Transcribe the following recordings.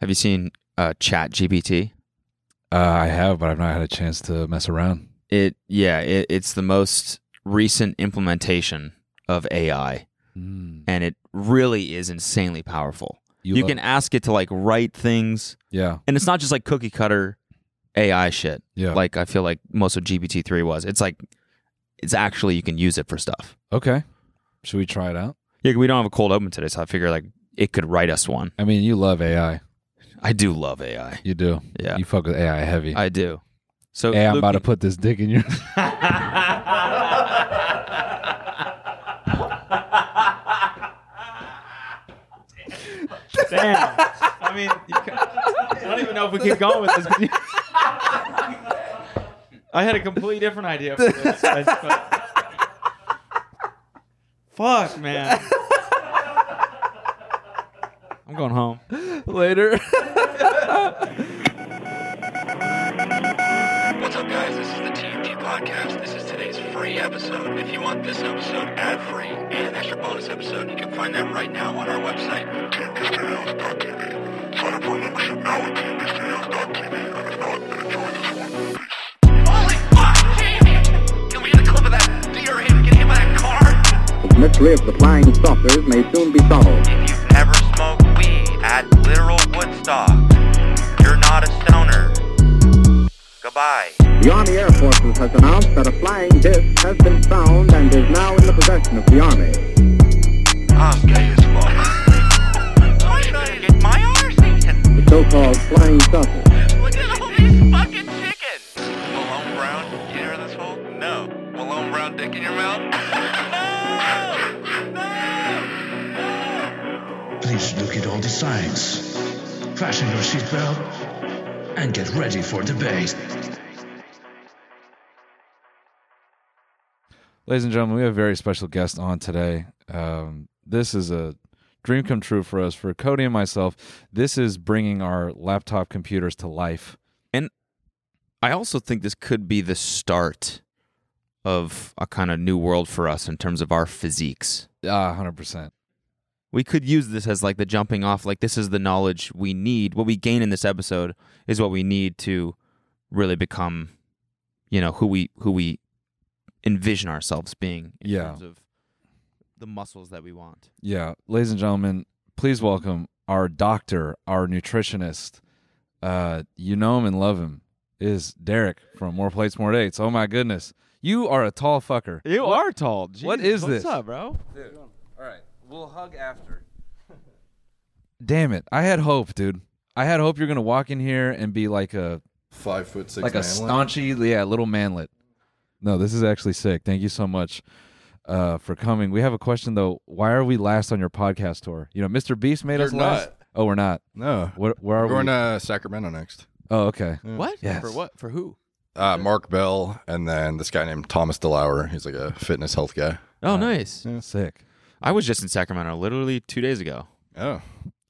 Have you seen uh, Chat GPT? Uh, I have, but I've not had a chance to mess around. It yeah, it, it's the most recent implementation of AI, Hmm. and it really is insanely powerful. You, love- can ask it to like write things, yeah, and it's not just like cookie cutter AI shit. yeah. Like I feel like most of GPT three was. It's like it's actually you can use it for stuff. okay, should we try it out? Yeah, we don't have a cold open today, so I figure like it could write us one. I mean, you love AI. I do love AI. You do. Yeah, You fuck with AI heavy. I do. So hey, I'm Luke, about to put this dick in your. Damn. I mean, you ca- I don't even know if we keep going with this. 'cause you- I had a completely different idea for this. I- but- Fuck, man. I'm going home. Later. What's up, guys? This is the TMG Podcast. This is today's free episode. If you want this episode ad free and an extra bonus episode, you can find them right now on our website. TMGStales.tv. Sign up for a membership now at TMGStales.tv. And if not, then enjoy this one. Holy fuck, Jamie! Can we get a clip of that deer him get hit by that car? The mystery of the flying saucers may soon be solved. If you've never smoked weed at literal Woodstock, you're not a stoner. Goodbye. The Army Air Forces has announced that a flying disc has been found and is now in the possession of the Army. I'm gay as fuck. I'm gonna get my arse eaten. The so-called flying saucer. Look at all these fucking chickens. Malone Brown, you hear this hole? No. Malone Brown dick in your mouth? no! No! Please look at all the signs. Fasten your seatbelt and get ready for debate. Ladies and gentlemen, we have a very special guest on today. Um, this is a dream come true for us, for Cody and myself. This is bringing our laptop computers to life. I also think this could be the start of a kind of new world for us in terms of our physiques. Ah, hundred percent. we could use this as like the jumping off like this is the knowledge we need what we gain in this episode is what we need to really become you know who we who we envision ourselves being in Yeah. terms of the muscles that we want Yeah, ladies and gentlemen, please welcome our doctor, our nutritionist. Uh, you know him and love him. Is Derek from More Plates, More Dates? Oh my goodness, you are a tall fucker. you are tall what Jesus, is what's this? up, bro All right, we'll hug after. Damn it, I had hope, dude. I had hope you're gonna walk in here and be like a five foot six like a man staunchy, yeah, little manlet. No, this is actually sick. Thank you so much uh, for coming. We have a question though. Why are we last on your podcast tour? You know, Mr. Beast made You're us last. not. Oh, we're not. no What? Where are we're we? going to sacramento next oh, okay. what Yes. for what for who uh, mark bell and then this guy named thomas delauer he's like a fitness health guy Uh, oh nice Sick. i was just in sacramento literally two days ago oh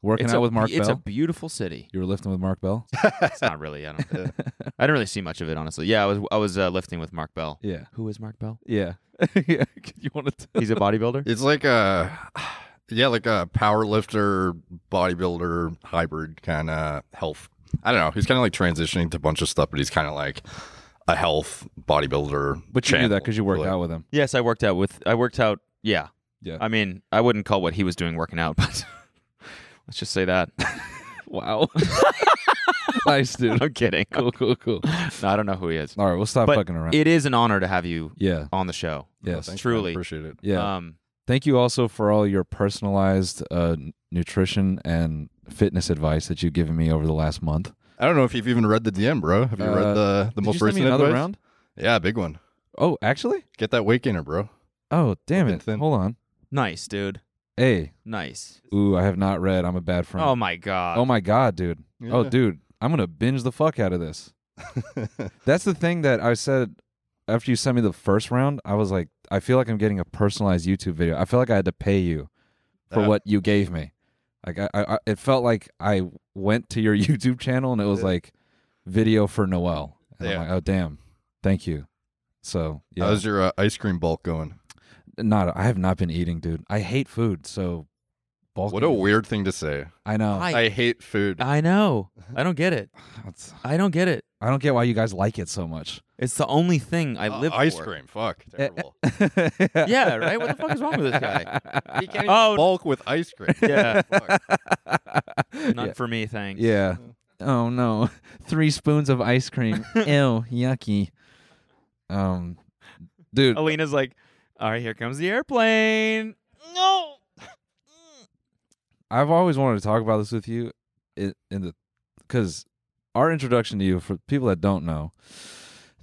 Working it's out a, with Mark it's Bell. a beautiful city you were lifting with Mark Bell. it's not really i don't uh, i didn't really see much of it honestly yeah i was i was uh, lifting with mark bell yeah. who is mark bell Yeah. yeah. You want to? he's a bodybuilder it's like a yeah like a power lifter bodybuilder hybrid kind of health i don't know he's kind of like transitioning to a bunch of stuff but he's kind of like a health bodybuilder But you knew channel, that because you worked really. out with him. Yes, I worked out with. I worked out. Yeah. Yeah. I mean, I wouldn't call what he was doing working out, but let's just say that. Wow. nice dude. I'm kidding. Cool. Cool. Cool. No, I don't know who he is. All right, we'll stop but fucking around. it is an honor to have you yeah. on the show. Yes. Oh, Thanks, Uh, man. Truly. appreciate it yeah. Um, Thank you also for all your personalized uh, n- nutrition and fitness advice that you've given me over the last month. i don't know if you've even read the dm bro have you Uh, read the the Did most you send me recent another advice? round? yeah big one Oh, actually? get that weight gainer bro Oh, damn Looking it. thin. Hold on. nice, dude. Hey. Nice. Ooh, I have not read. I'm a bad friend. Oh my god. Oh my god, dude. Oh, Yeah. dude, I'm gonna binge the fuck out of this. That's the thing that I said after you sent me the first round. I was like, I feel like I'm getting a personalized YouTube video. I feel like I had to pay you for Uh. what you gave me. Like, I, I, I- it felt like I went to your YouTube channel and it was like video for Noel. And I'm Yeah. like, oh damn, thank you. So yeah, how's your uh, ice cream bulk going not. I have not been eating, dude. I hate food, so bulky. What a weird thing to say. I know. I- I hate food. I know. I don't get it. It's- I don't get it. I don't get why you guys like it so much. It's the only thing I Uh, live ice for. cream. Fuck. Terrible. Yeah, right? What the fuck is wrong with this guy? he can't even Oh. bulk with ice cream. Yeah. Fuck. Not for me, thanks. Yeah. Oh no. Three spoons of ice cream. Ew, yucky. Um dude, Alina's like, all right, here comes the airplane. No. I've always wanted to talk about this with you in, in the cuz our introduction to you for people that don't know.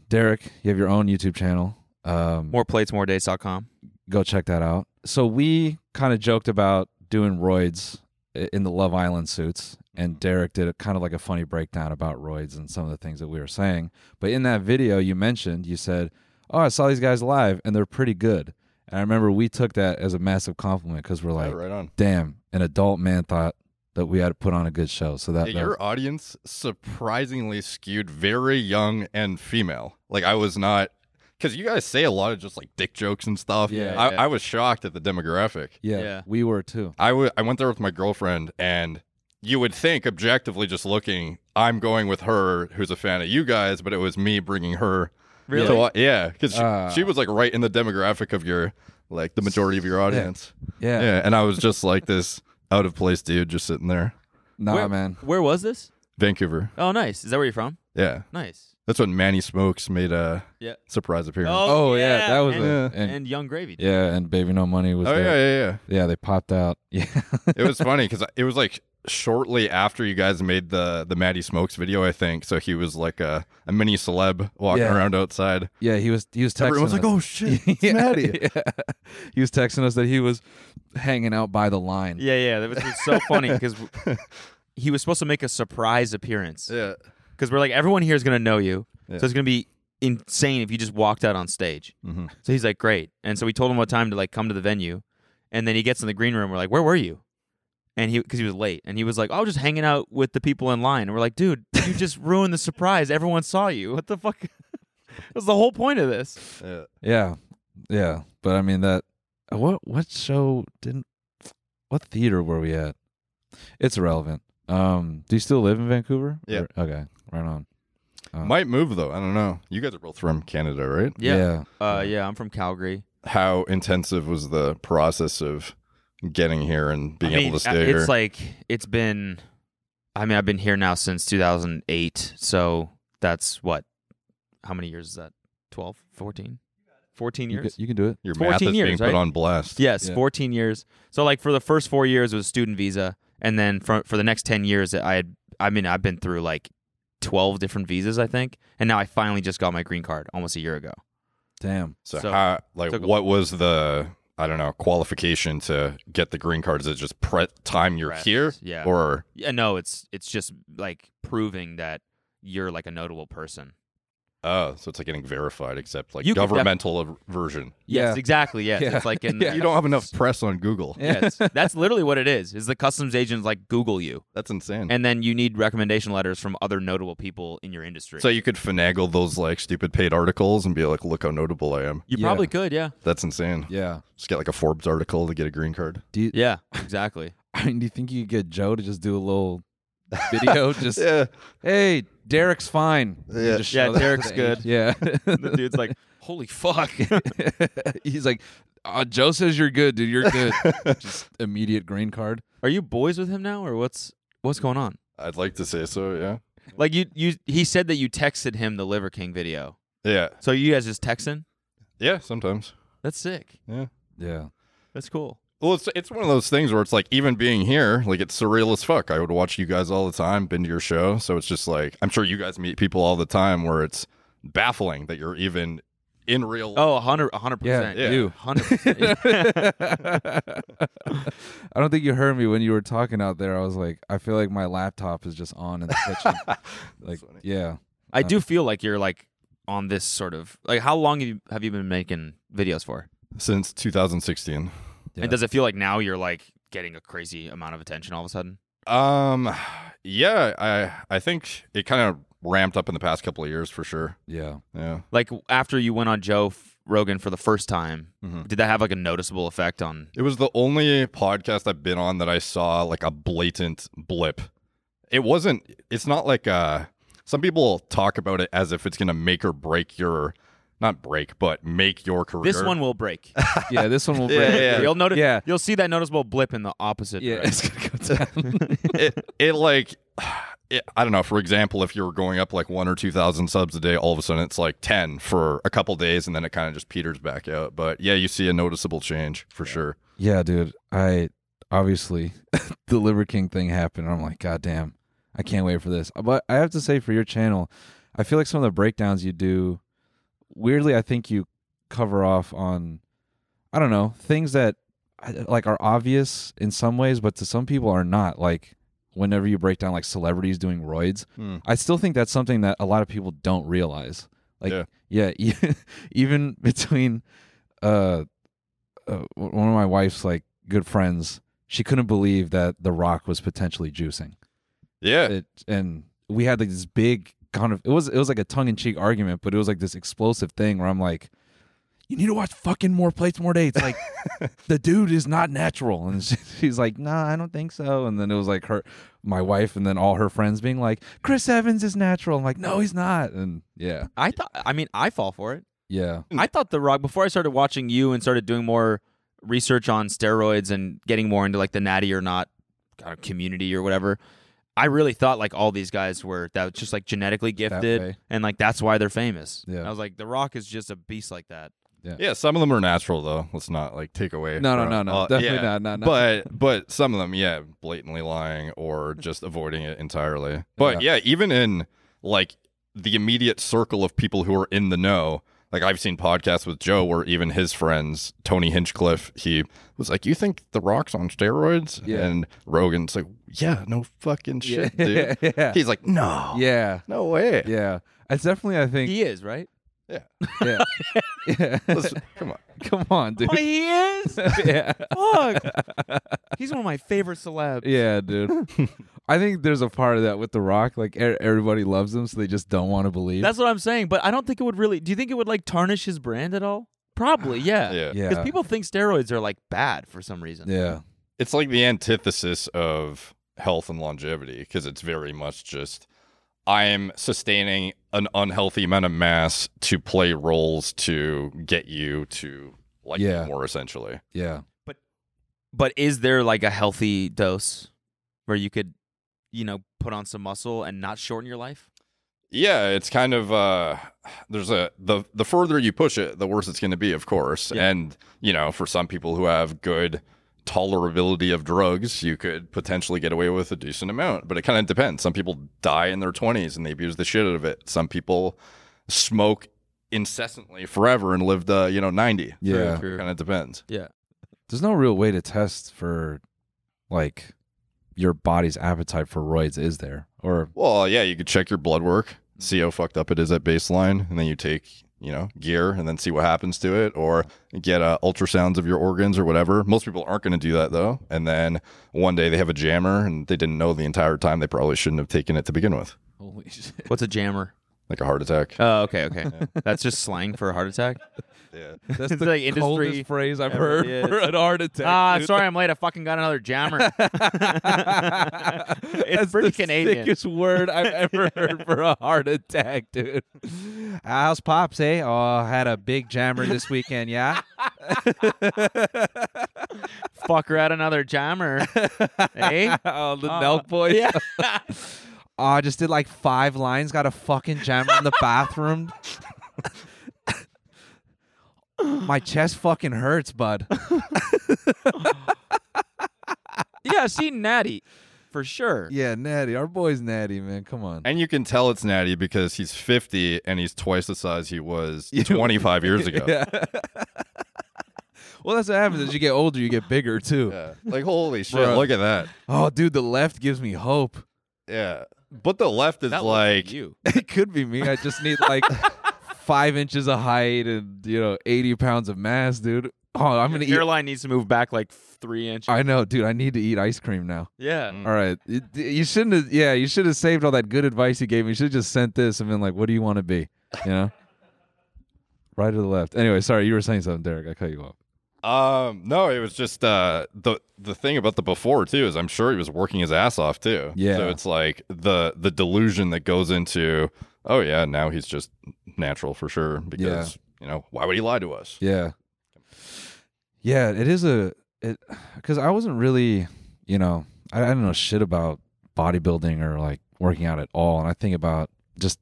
Derek, you have your own YouTube channel. Um More plates, more dates.com. go check that out. So we kind of joked about doing roids i- in the Love Island suits, and Derek did a kind of like a funny breakdown about roids and some of the things that we were saying. But in that video, you mentioned you said, "Oh, I saw these guys live, and they're pretty good." And I remember we took that as a massive compliment because we're like, Yeah, right on. "Damn, an adult man thought that we had to put on a good show." So that, Yeah, that your audience surprisingly skewed very young and female. Like I was not because you guys say a lot of just like dick jokes and stuff. Yeah. I, I was shocked at the demographic. yeah, Yeah. we were too. I wa- I went there with my girlfriend, and you would think objectively just looking, I'm going with her, who's a fan of you guys, but it was me bringing her. Really? uh, To, wa- yeah, because she, Ah. she was like right in the demographic of your like the majority of your audience. Yeah, yeah and I was just like this out of place dude just sitting there, nah, where, man. Where was this? Vancouver. Oh, nice. Is that where you're from? Yeah. Nice. That's when Manny Smokes made a Yeah. surprise appearance. Oh, yeah, that was and, a- and, and- Young Gravy. Yeah, and Baby No Money was. Oh, there. yeah, yeah, yeah. yeah, they popped out. Yeah, It was funny because it was like shortly after you guys made the the Maddie Smokes video, I think. So he was like a, a mini celeb walking Yeah. around outside. yeah. He was. He was texting. Everyone's like, us. "Oh shit, it's Yeah, Maddie!" yeah. He was texting us that he was hanging out by the line. Yeah, yeah. That was, was so funny because he was supposed to make a surprise appearance. Yeah, Because we're like, everyone here is going to know you. Yeah. So it's going to be insane if you just walked out on stage. Mhm. So he's like, great. And so we told him what time to like come to the venue. And then he gets in the green room. We're like, where were you? And he, because he was late, and he was like, "I was just hanging out with the people in line." And we're like, "Dude, you just ruined the surprise. Everyone saw you. What the fuck? That's the whole point of this." yeah. yeah, yeah. But I mean that. What what show didn't? What theater were we at? It's irrelevant. Um, do you still live in Vancouver? Yeah. Or- okay, right on. Might move though. I don't know. You guys are both from Canada, right? Yeah. Uh, yeah, I'm from Calgary. How intensive was the process of getting here and being I mean, uh, able to stay It's here? like it's been. I mean, I've been here now since 2008. So that's what? How many years is that? 12, 14, 14 You, ca- years. you can do it. Your math 14 is being years, put right? on blast. Yes, Yeah. 14 years. So like for the first 4 years was student visa and then for for the next 10 years I had I mean I've been through like 12 different visas I think and now I finally just got my green card almost a year ago. Damn. So, So, how, like, took a- what was the I don't know qualification to get the green card? Is it just pre- time you're Press, here, yeah. or Yeah, no, it's it's just like proving that you're like a notable person. oh, so it's like getting verified, except like You could def- governmental av- version. Yes, Yeah. exactly. Yes. Yeah. It's like in Yeah. You don't have enough press on Google. Yes. That's literally what it is. Is the customs agents like Google you That's insane. and then you need recommendation letters from other notable people in your industry. so you could finagle those like stupid paid articles and be like, look how notable I am. you Yeah. probably could, yeah. That's insane. Yeah. Just get like a Forbes article to get a green card. Do you, Yeah, exactly. I mean, do you think you could get Joe to just do a little video? Just Yeah. hey, Derek's fine. You Yeah. just Yeah, show that to Derek's the good. agent. Yeah. the dude's like, "Holy fuck." He's like, uh, Joe says you're good, dude. You're good. Just immediate green card. Are you boys with him now, or what's what's going on? I'd like to say so. Yeah. Like you, you, he said that you texted him the Liver King video. Yeah. So you guys just texting? Yeah. Sometimes. That's sick. Yeah. Yeah. That's cool. Well, it's it's one of those things where it's like even being here, like it's surreal as fuck. I would watch you guys all the time, been to your show, so it's just like I'm sure you guys meet people all the time where it's baffling that you're even in real. Oh, a hundred, a hundred Yeah, percent. yeah. you. hundred. percent. I don't think you heard me when you were talking out there. I was like, I feel like my laptop is just on in the kitchen. like, yeah. I do feel like you're like on this sort of like. How long have you have you been making videos for? Since 2016, Yeah. And does it feel like now you're like getting a crazy amount of attention all of a sudden? um, yeah, I I think it kind of ramped up in the past couple of years for sure. Yeah. Yeah, Like after you went on Joe f- Rogan for the first time, Mhm. did that have like a noticeable effect on? It was the only podcast I've been on that I saw like a blatant blip. It wasn't, it's not like uh some people talk about it as if it's going to make or break your, not break, but make your career. This one will break. yeah, this one will break. Yeah, yeah. You'll notice. Yeah. You'll see that noticeable blip in the opposite. Yeah, direction. it's gonna go down. it, it like, it, I don't know. For example, if you were going up like one or 2,000 subs a day, all of a sudden it's like 10 for a couple days and then it kind of just peters back out. But yeah, you see a noticeable change for sure. yeah, dude. I obviously the Liver King thing happened. And I'm like, God damn, I can't wait for this. But I have to say, for your channel, I feel like some of the breakdowns you do, weirdly, I think you cover off on, I don't know, things that I- like are obvious in some ways, but to some people are not. Like whenever you break down like celebrities doing roids, Hmm. I still think that's something that a lot of people don't realize. Like, Yeah. yeah, e- even between uh, uh, one of my wife's like good friends, she couldn't believe that The Rock was potentially juicing Yeah. it and we had like this big kind of it was it was like a tongue in cheek argument, but it was like this explosive thing where I'm like, you need to watch fucking more plates, more dates. Like the dude is not natural, and she, she's like, nah, I don't think so. And then it was like her, my wife, and then all her friends being like, Chris Evans is natural. I'm like, no, he's not. And yeah, I thought. I mean, I fall for it. yeah, I thought The Rock before I started watching you and started doing more research on steroids and getting more into like the natty or not kind of community or whatever. I really thought like all these guys were that was just like genetically gifted way. and like that's why they're famous. Yeah. I was like, The Rock is just a beast like that. Yeah, some of them are natural though. Let's not like take away. No, no, from- no, no. uh, Definitely yeah. not, not- not. But but some of them, yeah, blatantly lying or just avoiding it entirely. But yeah. even in like the immediate circle of people who are in the know, like I've seen podcasts with Joe where even his friends, Tony Hinchcliffe, he was like, "You think The Rock's on steroids?" Yeah. And Rogan's like, "Yeah, no fucking shit, dude." yeah, He's like, "No, yeah, no way." yeah. It's definitely, I think, He is, right? yeah, yeah. Let's- come on. Come on, dude. he is? yeah. Fuck. He's one of my favorite celebs. Yeah, dude. I think there's a part of that with The Rock. Like er- everybody loves him, so they just don't want to believe. That's what I'm saying. But I don't think it would really do you think it would like tarnish his brand at all? Probably, yeah. Yeah. yeah, Because people think steroids are like bad for some reason. yeah, it's like the antithesis of health and longevity because it's very much just I'm sustaining an unhealthy amount of mass to play roles to get you to like me Yeah. more essentially. yeah. But is there like a healthy dose where you could, you know, put on some muscle and not shorten your life? Yeah, it's kind of uh there's a the the further you push it, the worse it's going to be, of course. Yeah. And you know, for some people who have good tolerability of drugs, you could potentially get away with a decent amount, but it kind of depends. Some people die in their 20s and they abuse the shit out of it. Some people smoke incessantly forever and lived uh, you know, 90. Yeah. True. Kind of depends. There's no real way to test for, like, your body's appetite for roids, is there? Or Well, yeah, you could check your blood work, see how fucked up it is at baseline, and then you take, you know, gear and then see what happens to it, or get uh, ultrasounds of your organs or whatever. Most people aren't going to do that though. And then one day they have a jammer and they didn't know the entire time they probably shouldn't have taken it to begin with, holy shit, What's a jammer? like a heart attack. Oh, okay, okay. That's just slang for a heart attack. Yeah. that's It's the like industry coldest phrase I've ever heard is. for an heart attack. Ah, dude. sorry, I'm late. I fucking got another jammer. it's That's pretty the Canadian. sickest word I've ever heard for a heart attack, dude. How's pops? Eh? Oh, I had a big jammer this weekend. Yeah. Fucker out another jammer. eh? oh, the Nelk boys. Yeah. Oh, I just did like five lines. Got a fucking jammer in the bathroom. My chest fucking hurts, bud. yeah, see Natty. For sure. yeah, Natty, our boy's Natty, man. Come on. And you can tell it's natty because he's 50 and he's twice the size he was 25 years ago. Yeah. well, that's what happens. As you get older, you get bigger too. Yeah. Like, holy shit, Bruh. look at that. Oh, dude, the left gives me hope. Yeah. But the left is That looks like, you. It could be me. I just need like five inches of height and you know eighty pounds of mass, dude. Oh, I'm gonna eat. Airline needs to move back like three inches. I know, dude. I need to eat ice cream now. yeah. All right, you, you shouldn't. have Yeah, you should have saved all that good advice you gave me. You should have just sent this and been like, "What do you want to be?" You know. right or the left. Anyway, sorry, you were saying something, Derek. I cut you off. Um, no, it was just uh, the the thing about the before too is I'm sure he was working his ass off too. Yeah. So it's like the the delusion that goes into oh yeah now he's just natural for sure because you know why would he lie to us? Yeah. Yeah, it is a it because I wasn't really, you know, I, I don't know shit about bodybuilding or like working out at all. And I think about just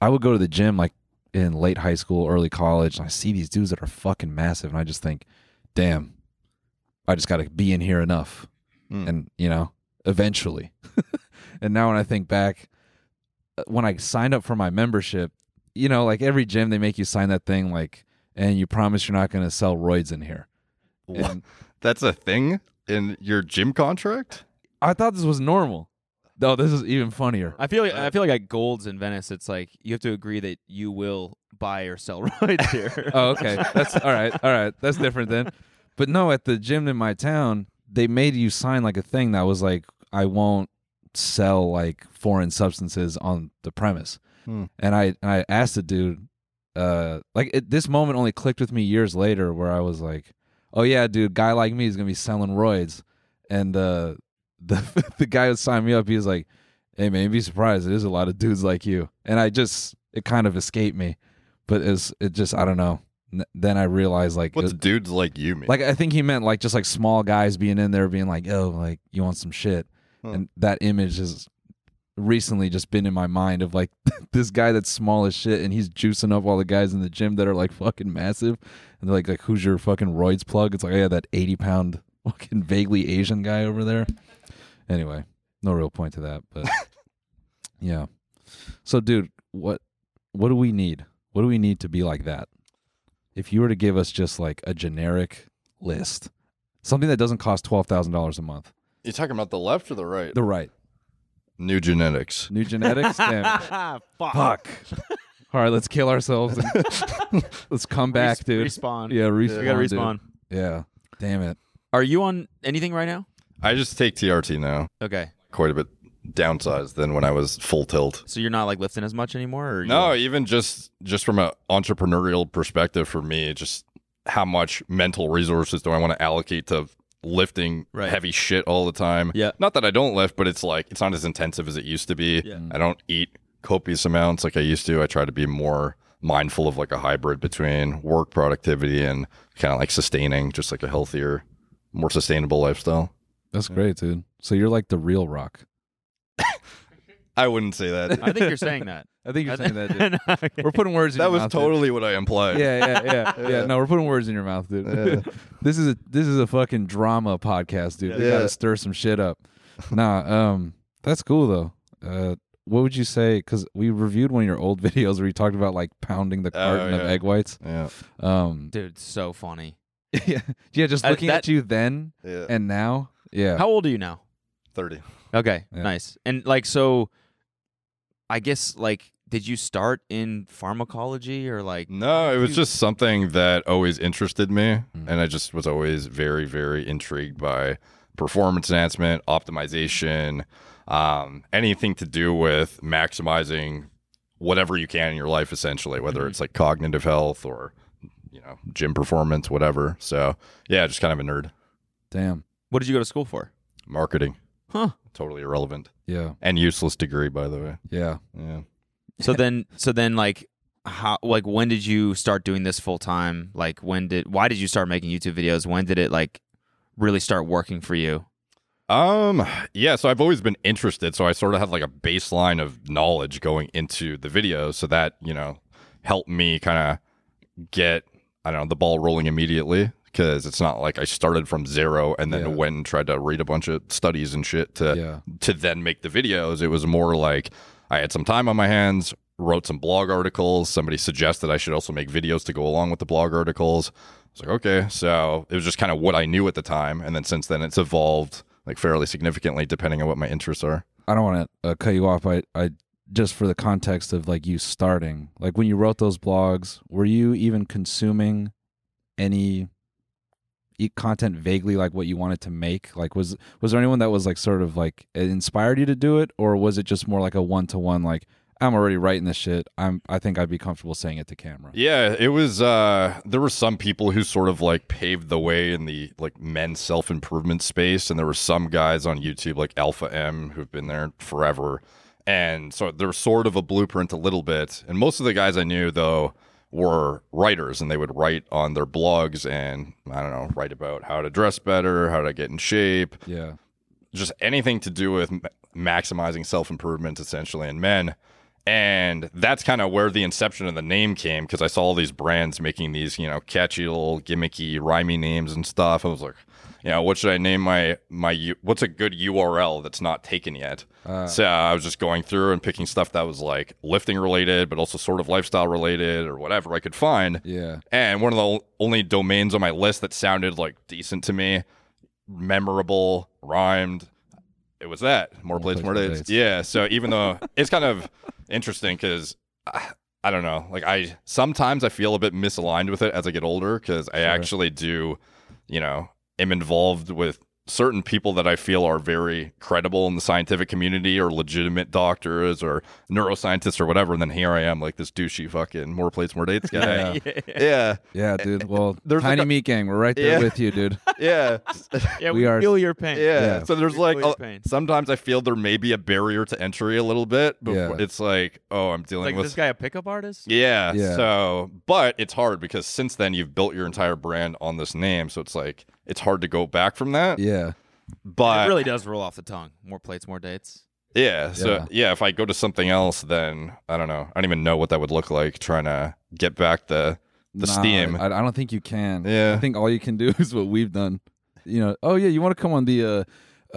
I would go to the gym like in late high school, early college, and I see these dudes that are fucking massive, and I just think, damn, I just got to be in here enough, Mm. and you know, eventually. and now when I think back, uh, when I signed up for my membership, you know, like every gym they make you sign that thing, like, and you promise you're not going to sell roids in here. What? And- That's a thing in your gym contract. I thought this was normal. No, this is even funnier. I feel like I feel like at Gold's in Venice, it's like you have to agree that you will buy or sell rides here. Oh, okay. That's all right. All right. That's different then. But no, at the gym in my town, they made you sign like a thing that was like, I won't sell like foreign substances on the premise. Hmm. And I and I asked the dude, uh, like it, this moment only clicked with me years later, where I was like, oh yeah, dude, guy like me is gonna be selling roids, and uh, the the guy who signed me up, he was like, hey man, you'd be surprised, there's a lot of dudes like you, and I just it kind of escaped me, but it's it just I don't know. N- then I realized like What's it- dudes like you mean? like I think he meant like just like small guys being in there being like, "Yo, like you want some shit," Huh. and that image has recently just been in my mind of like this guy that's small as shit and he's juicing up all the guys in the gym that are like fucking massive, and they're like, "Like who's your fucking roids plug?" It's like, "Oh, "Yeah, that eighty pound fucking vaguely Asian guy over there." Anyway, no real point to that, but yeah. So, dude, what what do we need? What do we need to be like that? if you were to give us just like a generic list, something that doesn't cost twelve thousand dollars a month, you talking about the left or the right? the right New genetics. new genetics, damn it. fuck. fuck. All right, let's kill ourselves. and- let's come back, Res- dude. Respawn. Yeah, respawn. we gotta dude. respawn. Yeah, damn it. Are you on anything right now? I just take TRT now, Okay, quite a bit downsized than when I was full tilt. so you're not like lifting as much anymore. Or you No, are? even just just from an entrepreneurial perspective for me, just how much mental resources do I want to allocate to lifting Right. heavy shit all the time? Yeah. Not that I don't lift, but it's like it's not as intensive as it used to be. Yeah. I don't eat copious amounts like I used to. I try to be more mindful of like a hybrid between work productivity and kind of like sustaining just like a healthier, more sustainable lifestyle. That's great, dude. So you're like the real rock. I wouldn't say that. I think you're saying that. I think I you're think- saying that. Dude. No, okay. We're putting words. in that your was mouth, dude. totally what I implied. Yeah, yeah, yeah, yeah. No, we're putting words in your mouth, dude. this is a this is a fucking drama podcast, dude. We gotta Yeah. stir some shit up. nah, um, that's cool though. Uh, what would you say? Because we reviewed one of your old videos where you talked about like pounding the carton of yeah. egg whites. Yeah. Um, dude, so funny. yeah, yeah. Just Uh, looking that- at you then Yeah. and now. Yeah. How old are you now? 30. Okay, Yeah. nice. And like so, I guess like, did you start in pharmacology or like? No, it was just something that always interested me. Mm. And I just was always very, very intrigued by performance enhancement, optimization, um, anything to do with maximizing whatever you can in your life, essentially, whether it's like cognitive health or, you know, gym performance, whatever. So, yeah, just kind of a nerd. Damn. What did you go to school for? Marketing, Huh. totally irrelevant Yeah. and useless degree, by the way. Yeah. Yeah. So then, so then, like, how, like, when did you start doing this full time? Like, when did, why did you start making YouTube videos? When did it like really start working for you? Um, yeah, so I've always been interested, so I sort of had like a baseline of knowledge going into the video, so that, you know, helped me kind of get I don't know, the ball rolling immediately cuz it's not like I started from zero and then Yeah. went and tried to read a bunch of studies and shit to Yeah. to then make the videos. It was more like I had some time on my hands, wrote some blog articles. Somebody suggested I should also make videos to go along with the blog articles. I was like, okay. So it was just kind of what I knew at the time. And then since then, it's evolved like fairly significantly depending on what my interests are. I don't want to uh, cut you off. I, I just for the context of like you starting, like when you wrote those blogs, were you even consuming any e- content vaguely like what you wanted to make? Like, was was there anyone that was like sort of like it inspired you to do it, or was it just more like a one to one like I'm already writing this shit. I'm I think I'd be comfortable saying it to camera. Yeah, it was uh there were some people who sort of like paved the way in the like men's self-improvement space and there were some guys on YouTube like Alpha M who've been there forever. And so there was sort of a blueprint a little bit. And most of the guys I knew though were writers and they would write on their blogs and I don't know, write about how to dress better, how to get in shape, Yeah. just anything to do with ma- maximizing self improvement essentially in men. And that's kind of where the inception of the name came because I saw all these brands making these, you know, catchy little gimmicky rhymey names and stuff. I was like, you know, what should I name my my U- what's a good URL that's not taken yet? Uh, so uh, I was just going through and picking stuff that was like lifting related, but also sort of lifestyle related or whatever I could find. Yeah. And one of the o- only domains on my list that sounded like decent to me, memorable, rhymed, it was that. More plates, more dates. Yeah. So even though it's kind of interesting because I, I don't know, like I sometimes I feel a bit misaligned with it as I get older because I actually do, you know, am involved with certain people that I feel are very credible in the scientific community or legitimate doctors or neuroscientists or whatever. And then here I am, like this douchey fucking more plates, more dates guy. yeah. Yeah, dude. Well, There's Tiny like a- Meat Gang, we're right there Yeah. with you, dude. Yeah. Yeah, We are- feel your pain. Yeah. Yeah. So there's Feel like your a- pain. sometimes I feel there may be a barrier to entry a little bit. Before Yeah. It's like, oh, I'm It's dealing like with this guy a pickup artist? Yeah, Yeah. So, but it's hard because since then you've built your entire brand on this name, so it's like it's hard to go back from that. Yeah. But it really does roll off the tongue. More plates, more dates. yeah. So Yeah. yeah. if I go to something else, then I don't know. I don't even know what that would look like trying to get back the the Nah, steam. I, I don't think you can. Yeah. I think all you can do is what we've done. You know, oh yeah, you want to come on the uh,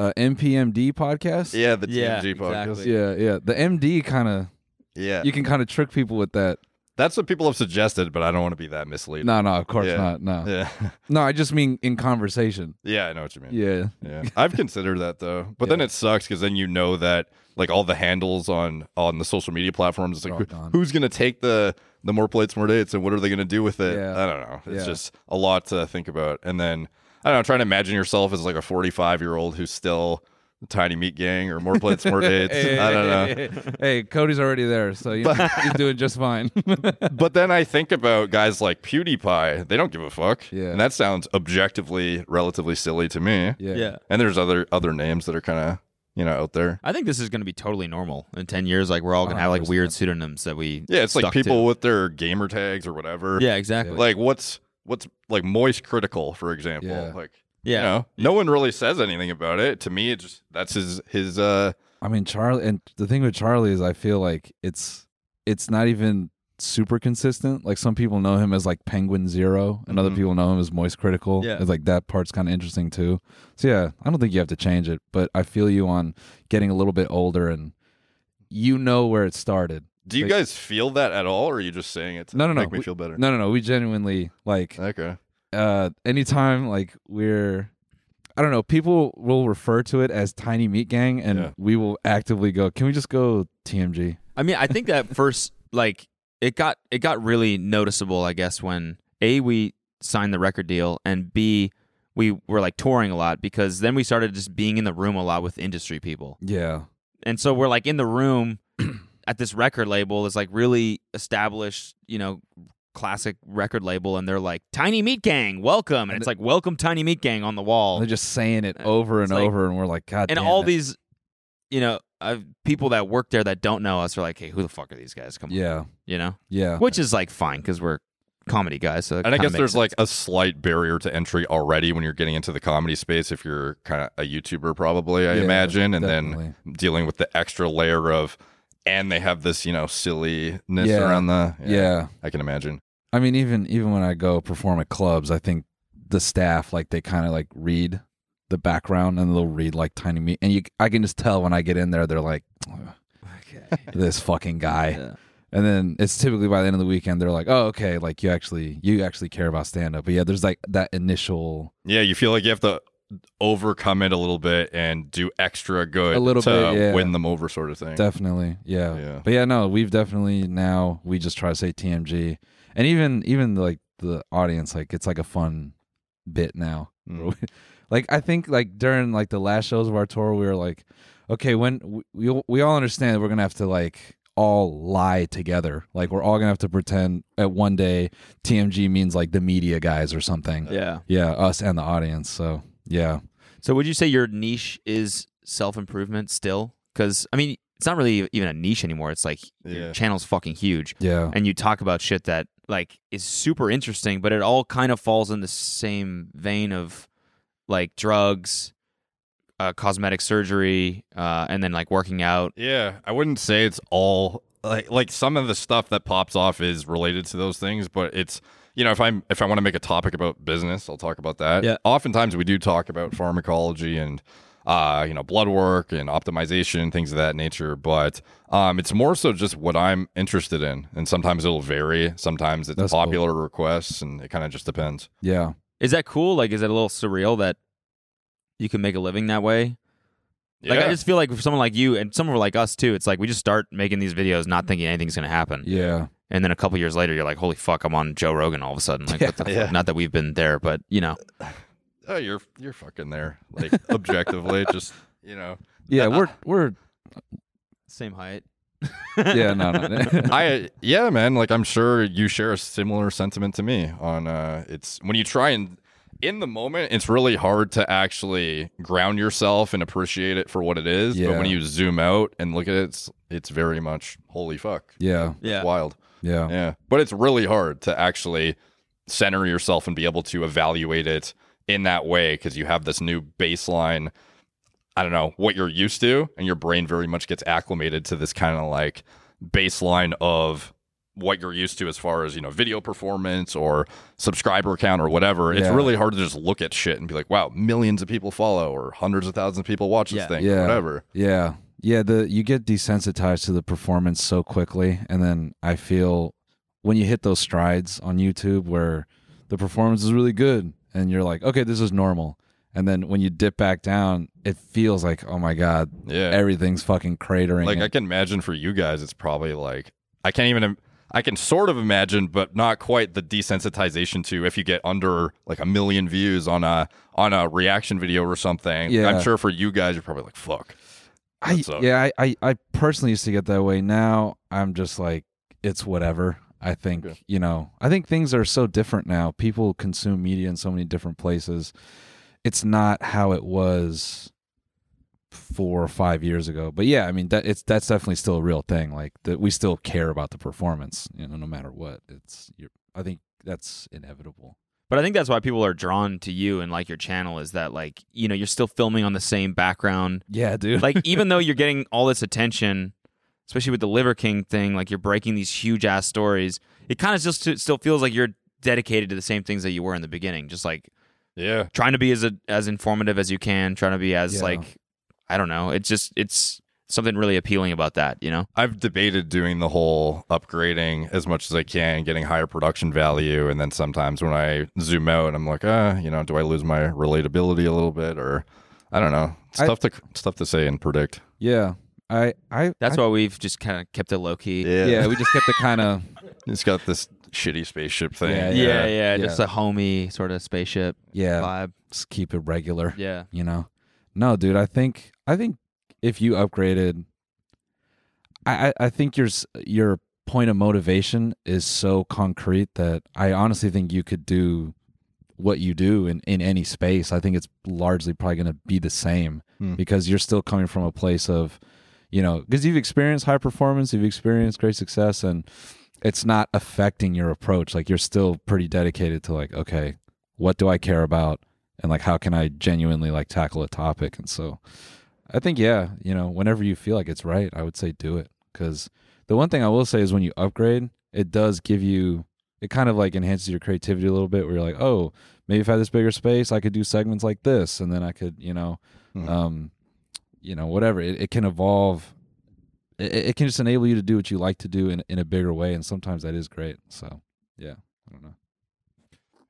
uh MPMD podcast? yeah, the Yeah, TMG podcast. exactly. Yeah, yeah. The MD kind of Yeah, you can kind of trick people with that. that's what people have suggested, but I don't want to be that misleading. No, no, of course Yeah. not. No. Yeah, No, I just mean in conversation. yeah, I know what you mean. Yeah. Yeah, I've considered that though, but then it sucks because then you know that like all the handles on on the social media platforms, it's like all who- gone. who's gonna take the the more plates, more dates, and what are they gonna do with it? Yeah. I don't know. It's Yeah. just a lot to think about, and then I don't know. Trying to imagine yourself as like a forty five year old who's still the tiny meat gang or more plates, more dates. I don't know. Hey, Cody's already there, so you know, he's doing just fine. But then I think about guys like PewDiePie. They don't give a fuck. Yeah. and that sounds objectively relatively silly to me. yeah. and there's other other names that are kind of you know out there. I think this is going to be totally normal in 10 years. Like, we're all going to have like weird pseudonyms that we. Yeah, it's like stuck to. people with their gamer tags or whatever. Yeah, exactly. Like what's what's like moist critical, for example. Yeah. Like yeah. you know, no one really says anything about it. To me, it just that's his his uh I mean, Charlie, and the thing with Charlie is, I feel like it's it's not even super consistent. Like some people know him as like Penguin Zero, and other Mhm. people know him as Moist Critical. Yeah. it's like that part's kind of interesting too. So yeah, I don't think you have to change it, but I feel you on getting a little bit older and you know where it started. do you Like- guys feel that at all or are you just saying it to No, no, no. make me We- feel better? No, no, no. We genuinely like Okay. uh anytime like we're I don't know, people will refer to it as Tiny Meat Gang and Yeah. we will actively go, Can we just go TMG? I mean, I think that first, like, it got it got really noticeable, I guess, when a we signed the record deal and b we were like touring a lot because then we started just being in the room a lot with industry people, Yeah. and so we're like in the room at this record label that's like really established, you know, classic record label, and they're like Tiny Meat Gang, welcome, and it's like welcome Tiny Meat Gang on the wall, They're just saying it over and It's like- over, and we're like, God. and damn all it." these, you know, uh, people that work there that don't know us are like, hey, who the fuck are these guys? Come on, Yeah, you know. yeah, which is like fine because we're comedy guys. So that And I kinda guess makes there's sense. like a slight barrier to entry already when you're getting into the comedy space if you're kind of a YouTuber probably, I Yeah, imagine, and definitely. then dealing with the extra layer of and they have this, you know, silliness Yeah. around the yeah. I can imagine. I mean, even even when I go perform at clubs, I think the staff like they kind of like read the background, and they'll read like tiny me, and you, I can just tell when I get in there, they're like, "Ugh, this fucking guy. And then it's typically by the end of the weekend they're like, "Oh, okay, like you actually you actually care about stand up." But yeah, there's like that initial Yeah, you feel like you have to overcome it a little bit and do extra good A little to bit, yeah. win them over, sort of thing. Definitely, yeah. Yeah. But yeah, no, we've definitely now we just try to say TMG, and even even like the audience, like it's like a fun bit now. Mm. like I think like during like the last shows of our tour, we were like, okay, when we we all understand that we're gonna have to like all lie together. Like we're all gonna have to pretend at one day TMG means like the media guys or something. Yeah. Yeah, us and the audience. So yeah. So would you say your niche is self improvement still? Because I mean, it's not really even a niche anymore. It's like Yeah. your channel's fucking huge, Yeah. and you talk about shit that like is super interesting, but it all kind of falls in the same vein of like drugs, uh, cosmetic surgery, uh, and then like working out. Yeah, I wouldn't say it's all like like some of the stuff that pops off is related to those things, but it's you know if I'm if I want to make a topic about business, I'll talk about that. Yeah. Oftentimes we do talk about pharmacology and uh you know blood work and optimization things of that nature, but um it's more so just what I'm interested in, and sometimes it'll vary. Sometimes it's That's cool. popular requests, and it kind of just depends. Yeah. Is that cool? Like, is it a little surreal that you can make a living that way? Like, I Yeah. just feel like for someone like you and someone like us too, it's like we just start making these videos not thinking anything's gonna happen. Yeah. And then a couple years later, you're like, "Holy fuck, I'm on Joe Rogan all of a sudden!" Like, what the Yeah. fuck? not that we've been there, but you know, oh, you're you're fucking there, like objectively, just you know. Yeah, we're we're same height. yeah, no, no. I yeah, man. Like I'm sure you share a similar sentiment to me on uh it's when you try and in the moment it's really hard to actually ground yourself and appreciate it for what it is. But Yeah. when you zoom out and look at it, it's it's very much holy fuck. yeah. Yeah. Wild. Yeah. Yeah. But it's really hard to actually center yourself and be able to evaluate it in that way because you have this new baseline. I don't know what you're used to, and your brain very much gets acclimated to this kind of like baseline of what you're used to as far as you know video performance or subscriber count or whatever it's Yeah. really hard to just look at shit and be like wow millions of people follow or hundreds of thousands of people watch Yeah. this thing Yeah. or whatever Yeah. Yeah, the you get desensitized to the performance so quickly and then I feel when you hit those strides on YouTube where the performance is really good and you're like, "Okay, this is normal." And then when you dip back down, it feels like, "Oh my god, yeah everything's fucking cratering." Like I and- can imagine for you guys, it's probably like I can't even. im- I can sort of imagine, but not quite the desensitization to if you get under like a million views on a on a reaction video or something. Yeah. I'm sure for you guys, you're probably like, "Fuck." I, That's, uh, yeah, I, I, I personally used to get that way. Now I'm just like, it's whatever. I think, Okay. you know, I think things are so different now. People consume media in so many different places. It's not how it was four or five years ago. But yeah, I mean, that it's that's definitely still a real thing. Like that we still care about the performance, you know, no matter what. It's you're, I think that's inevitable. But I think that's why people are drawn to you and like your channel is that like you know you're still filming on the same background. Yeah, dude. Like even though you're getting all this attention, especially with the Liver King thing, like you're breaking these huge ass stories, it kind of just it still feels like you're dedicated to the same things that you were in the beginning. Just like Yeah, trying to be as as informative as you can, trying to be as Yeah. like I don't know. It's just it's something really appealing about that, you know. I've debated doing the whole upgrading as much as I can, getting higher production value, and then sometimes when I zoom out, I'm like, ah, you know, do I lose my relatability a little bit, or I don't know. It's I- tough to it's tough to say and predict. yeah. I I That's I, why we've just kind of kept it low key. yeah, we just kept the kind of It's got this shitty spaceship thing. Yeah, yeah, yeah, yeah. Just a homey sort of spaceship yeah, vibe. just keep it regular. Yeah. you know no dude i think i think if you upgraded i i, I think your s- your point of motivation is so concrete that i honestly think you could do what you do in, in any space i think it's largely probably going to be the same Hmm. because you're still coming from a place of you know because you've experienced high performance you've experienced great success and it's not affecting your approach like you're still pretty dedicated to like okay what do i care about and like how can i genuinely like tackle a topic and so i think yeah you know whenever you feel like it's right i would say do it because the one thing i will say is when you upgrade it does give you it kind of like enhances your creativity a little bit where you're like oh maybe if i had this bigger space i could do segments like this and then i could you know Mm-hmm. Mhm. um you know whatever it, it can evolve it, it it can just enable you to do what you like to do in, in a bigger way and sometimes that is great so yeah i don't know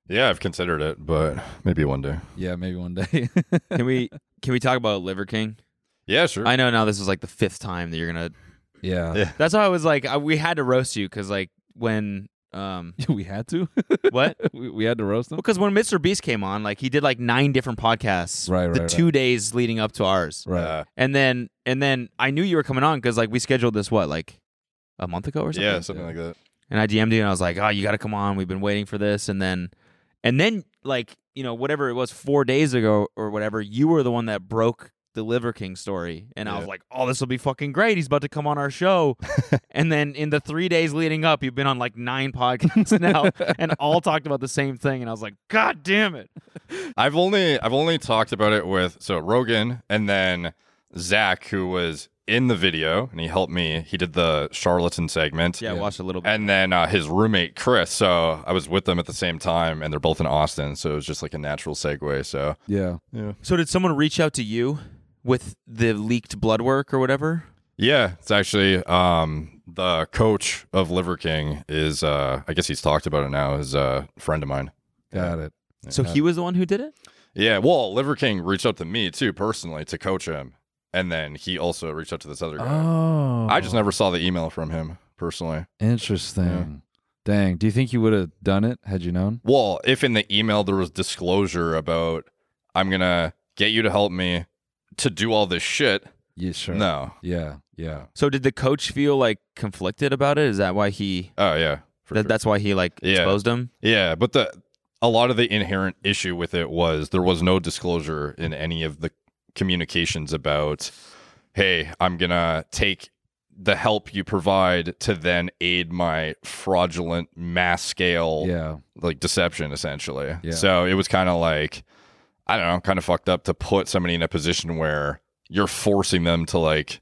Yeah, I've considered it, but maybe one day. yeah maybe one day Can we can we talk about Liver King? Yeah, sure. Uh, I know now this is like the fifth time that you're gonna. yeah, Yeah. That's why I was like, I, we had to roast you because like when um we had to what we, we had to roast them because when Mr. Beast came on, like he did like nine different podcasts, Right, the right, two days leading up to ours, right Uh, and then and then I knew you were coming on because like we scheduled this what like a month ago or something. Yeah, something like that. And I DM'd you and I was like, oh, you got to come on. We've been waiting for this. And then, and then like, you know, whatever it was four days ago or whatever, you were the one that broke the Liver King story. And I was Yeah. like, oh, this will be fucking great. He's about to come on our show. and then in the three days leading up, you've been on like nine podcasts now and all talked about the same thing. And I was like, God damn it. I've only I've only talked about it with so Rogan and then Zach, who was in the video and he helped me. He did the charlatan segment. Yeah, I watched a little bit. And then uh, his roommate Chris. So I was with them at the same time, and they're both in Austin. So it was just like a natural segue. So Yeah. so did someone reach out to you with the leaked blood work or whatever? yeah, it's actually um, the coach of Liver King is. Uh, I guess he's talked about it now. Is a friend of mine. Got it. So he was the one who did it? Yeah, well, Liver King reached out to me too personally to coach him, and then he also reached out to this other guy. Oh. I just never saw the email from him personally. Interesting. Dang. Do you think you would have done it had you known? Well, if in the email there was disclosure about I'm gonna get you to help me to do all this shit, Yeah, sure. no. Yeah. Yeah. So did the coach feel like conflicted about it? Is that why he Oh yeah, for that, sure. that's why he like Yeah. exposed him? yeah. But the a lot of the inherent issue with it was there was no disclosure in any of the communications about, hey, I'm gonna take the help you provide to then aid my fraudulent mass scale Yeah. like deception essentially. Yeah. So it was kind of like I don't know, kind of fucked up to put somebody in a position where you're forcing them to like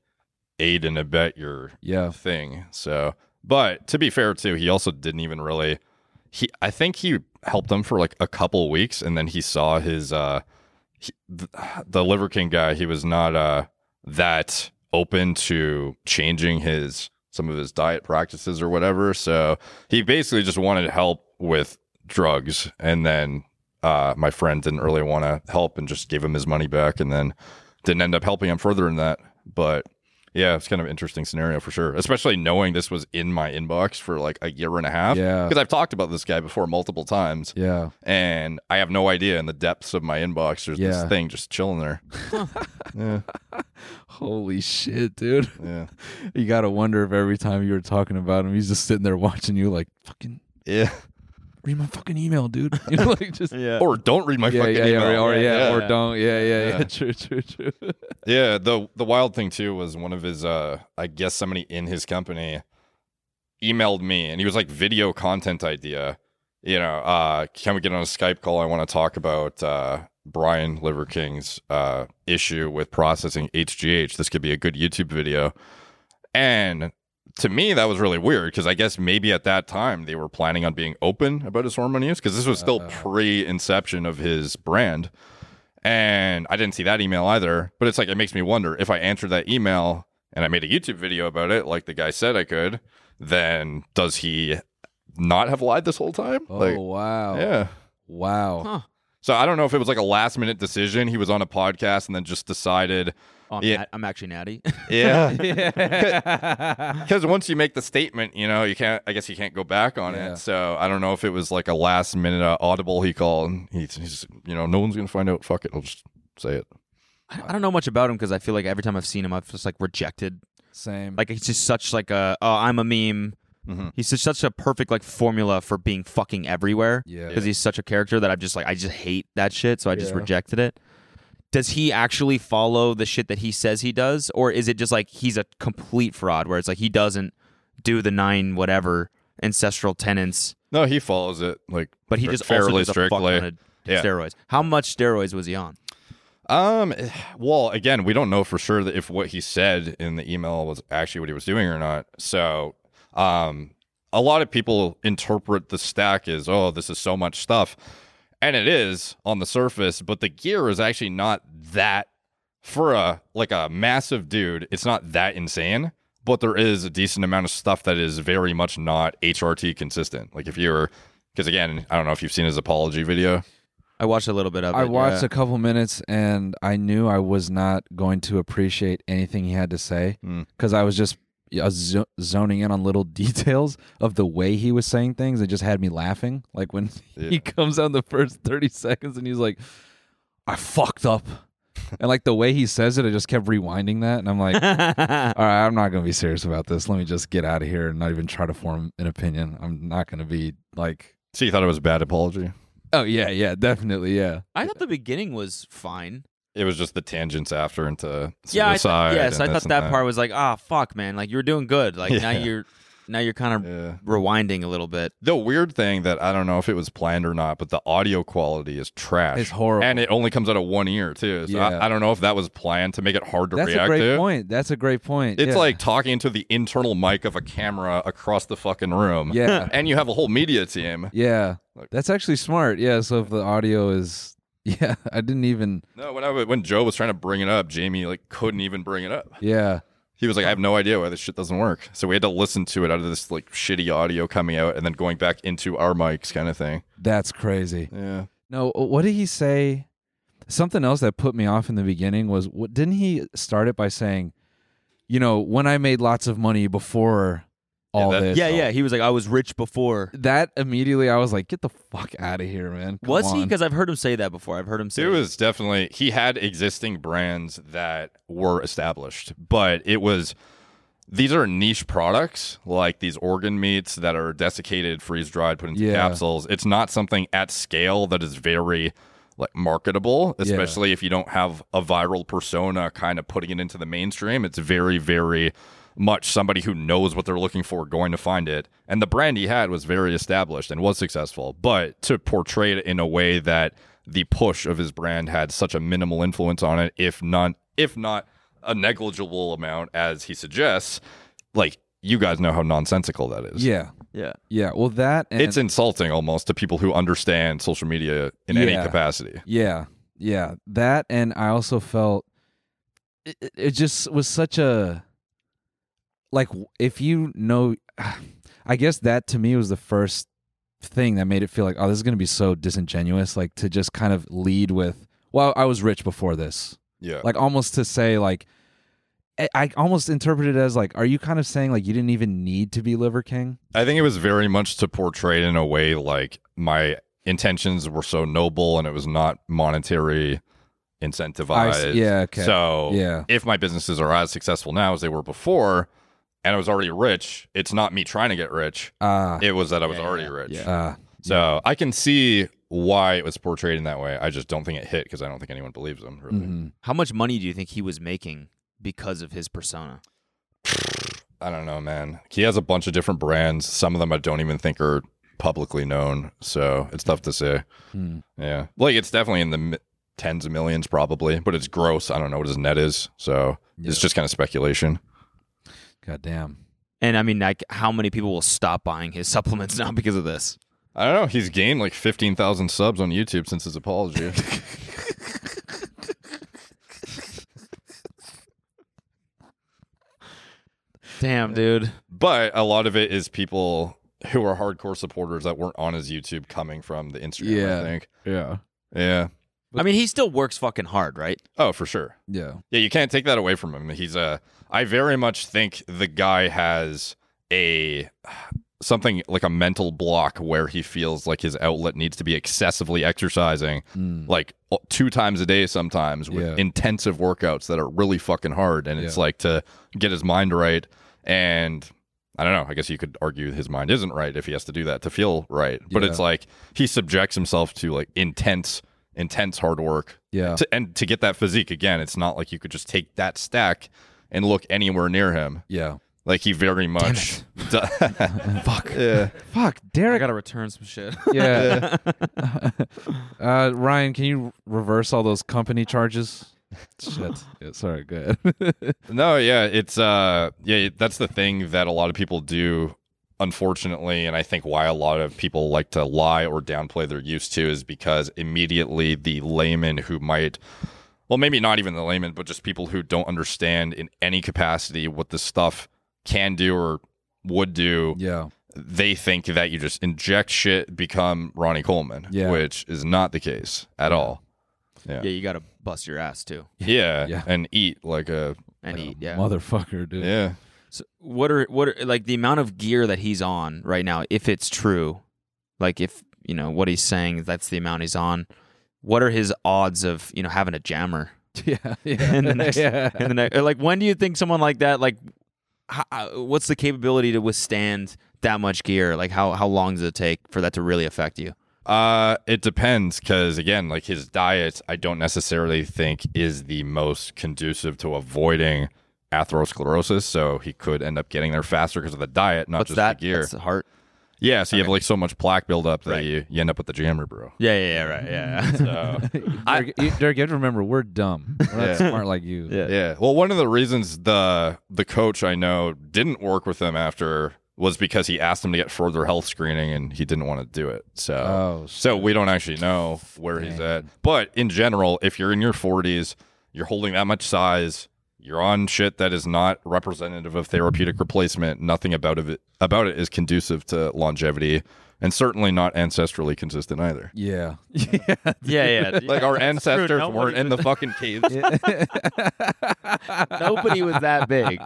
aid and abet your Yeah. thing. So, but to be fair too, he also didn't even really he I think he helped them for like a couple weeks and then he saw his uh he, the, the Liver King guy, he was not uh that open to changing his some of his diet practices or whatever. So, he basically just wanted help with drugs and then uh my friend didn't really want to help and just gave him his money back and then didn't end up helping him further in that, but yeah, it's kind of an interesting scenario for sure, especially knowing this was in my inbox for like a year and a half. Yeah. Because I've talked about this guy before multiple times Yeah. and I have no idea in the depths of my inbox there's this Yeah. thing just chilling there. yeah. Holy shit, dude. Yeah. You gotta wonder if every time you were talking about him, he's just sitting there watching you like fucking Yeah. read my fucking email, dude. You know, like just Yeah. Or don't read my yeah, fucking yeah, yeah, email. or, or- yeah, yeah. or don't. Yeah, yeah, yeah. Yeah. True, true, true. Yeah, the the wild thing too was one of his uh I guess somebody in his company emailed me and he was like video content idea. You know, uh can we get on a Skype call? I want to talk about uh Brian Liver King's uh issue with processing HGH. This could be a good YouTube video. And to me that was really weird because I guess maybe at that time they were planning on being open about his hormone use because this was still pre-inception of his brand. And I didn't see that email either. But it's like, it makes me wonder if I answered that email and I made a YouTube video about it, like the guy said I could, then does he not have lied this whole time? Oh like, wow. yeah. Wow. Huh. So I don't know if it was like a last minute decision. He was on a podcast and then just decided, Oh, I'm, Yeah. nat- I'm actually natty. yeah. Yeah. Because once you make the statement, you know, you can't, I guess you can't go back on Yeah. it. So I don't know if it was like a last minute uh, audible he called and he's, he's, you know, no one's going to find out. Fuck it. I'll just say it. I I don't know much about him because I feel like every time I've seen him, I've just like rejected. Same. Like he's just such like a oh, I'm a meme. Mm-hmm. He's just such a perfect like formula for being fucking everywhere. Yeah. because he's such a character that I'm just like I just hate that shit, so I just Yeah. rejected it. Does he actually follow the shit that he says he does, or is it just like he's a complete fraud where it's like he doesn't do the nine whatever ancestral tenants, No, he follows it like, but he fr- just also fairly does a fuck strictly. ton of Yeah. steroids? How much steroids was he on? Um, well, again, we don't know for sure that if what he said in the email was actually what he was doing or not. So, um, a lot of people interpret the stack as, oh, this is so much stuff. And it is on the surface, but the gear is actually not that for a like a massive dude, it's not that insane, but there is a decent amount of stuff that is very much not HRT consistent. Like if you're because again, I don't know if you've seen his apology video. I watched a little bit of it. I watched yeah. a couple minutes and I knew I was not going to appreciate anything he had to say Mm. because I was just uh, zo- zoning in on little details of the way he was saying things. It just had me laughing. Like when he comes on the first 30 seconds and he's like, I fucked up. and like the way he says it, I just kept rewinding that, and I'm like, all right, I'm not gonna be serious about this. Let me just get out of here and not even try to form an opinion. I'm not gonna be like, So you thought it was a bad apology? oh yeah, yeah, definitely, yeah. I thought the beginning was fine. It was just the tangents after into suicide. Yeah, I thought, yes, and I thought this and that, part was like, ah, fuck, man, like you were doing good. Like now Yeah. you're, now you're kind of Yeah. rewinding a little bit. The weird thing that I don't know if it was planned or not, but the audio quality is trash. It's horrible. and it only comes out of one ear too. So Yeah. I, I don't know if that was planned to make it hard to That's a react great to. point. That's a great point. It's Yeah. like talking to the internal mic of a camera across the fucking room. Yeah. and you have a whole media team. yeah, Like- that's actually smart. Yeah, so if the audio is, yeah, I didn't even, No, when I w- when Joe was trying to bring it up, Jamie like couldn't even bring it up. yeah, He was like, "I have no idea why this shit doesn't work." So we had to listen to it out of this like shitty audio coming out and then going back into our mics, kind of thing. that's crazy. Yeah. No, what did he say? Something else that put me off in the beginning was what didn't he start it by saying, you know, when I made lots of money before all that- this. It's Yeah, all- yeah. He was like, I was rich before. That immediately I was like, get the fuck out of here, man. Come was he? on. Because I've heard him say that before. I've heard him say It was definitely he had existing brands that were established, but it was these are niche products like these organ meats that are desiccated, freeze dried, put into Yeah. capsules. It's not something at scale that is very like marketable, Yeah. especially if you don't have a viral persona kind of putting it into the mainstream. It's very, very much somebody who knows what they're looking for going to find it. And the brand he had was very established and was successful, but to portray it in a way that the push of his brand had such a minimal influence on it, if not if not a negligible amount as he suggests, like you guys know how nonsensical that is. Yeah. Yeah. Yeah. Well that and It's insulting almost to people who understand social media in any Yeah. capacity. Yeah. Yeah. That and I also felt it, it- it just was such a like w- if you know I guess that to me was the first thing that made it feel like oh this is going to be so disingenuous like to just kind of lead with well I was rich before this. Yeah. Like almost to say like I- I almost interpreted it as like are you kind of saying like you didn't even need to be Liver King? I think it was very much to portray it in a way like my intentions were so noble and it was not monetary I incentivized. s- yeah, okay. So Yeah. if my businesses are as successful now as they were before and I was already rich, it's not me trying to get rich. Ah. It was that I was Yeah, already yeah, rich. yeah. ah. So I can see why it was portrayed in that way. I just don't think it hit because I don't think anyone believes him. Really. mhm. How much money do you think he was making because of his persona? I don't know, man. He has a bunch of different brands. Some of them I don't even think are publicly known. So it's tough to say. Hmm. Yeah. Like it's definitely in the mi- tens of millions probably, but it's gross. I don't know what his net is. So it's Yeah. just kind of speculation. God damn. And I mean, like, how many people will stop buying his supplements now because of this? I don't know. He's gained like 15,000 subs on YouTube since his apology. Damn, dude. but a lot of it is people who are hardcore supporters that weren't on his YouTube coming from the Instagram, Yeah. I think. Yeah. Yeah. I mean, he still works fucking hard, right? Oh, for sure. Yeah. Yeah, you can't take that away from him. He's a. I very much think the guy has a something like a mental block where he feels like his outlet needs to be excessively exercising, Mm. like o- two times a day sometimes with Yeah. intensive workouts that are really fucking hard, and it's Yeah. like to get his mind right. And I don't know. I guess you could argue his mind isn't right if he has to do that to feel right, but Yeah. it's like he subjects himself to like intense, intense hard work Yeah. to, and to get that physique again, it's not like you could just take that stack and look anywhere near him. Yeah. Like he very much. Fuck. Yeah. Fuck, Derek. gotta return some shit. yeah. uh, Ryan, can you reverse all those company charges? Shit. Yeah, sorry, good. No, yeah, it's uh, yeah, that's the thing that a lot of people do, unfortunately, and I think why a lot of people like to lie or downplay their used to is because immediately the layman who might, well, maybe not even the layman, but just people who don't understand in any capacity what the stuff can do or would do yeah. they think that you just inject shit, become Ronnie Coleman, Yeah. which is not the case at all. yeah, you gotta bust your ass too Yeah. Yeah. And eat like a, and eat. Yeah. Motherfucker, dude. yeah. So what are what are like the amount of gear that he's on right now? If it's true, like if you know what he's saying, that's the amount he's on. What are his odds of you know having a jammer? Yeah, yeah, in the next yeah. in the next like when do you think someone like that like how, what's the capability to withstand that much gear like how how long does it take for that to really affect you Uh, it depends because again, like his diet, I don't necessarily think is the most conducive to avoiding atherosclerosis. So he could end up getting there faster because of the diet, not what's just that the gear. That's the heart yeah, so you have like so much plaque buildup that Right. you, you end up with the jammer, bro. yeah yeah yeah right yeah So. Derek, you, Derek, you have to remember we're dumb. We're not Yeah. smart like you. Yeah. Yeah. Well, one of the reasons the the coach I know didn't work with him after was because he asked him to get further health screening and he didn't want to do it. So Oh, so we don't actually know where he's at. But in general, if you're in your 40s, you're holding that much size, you're on shit that is not representative of therapeutic replacement. Nothing about of it about it is conducive to longevity and certainly not ancestrally consistent either. Yeah. Yeah. yeah yeah Like our That's true. ancestors Nobody weren't in the fucking caves. nobody was that big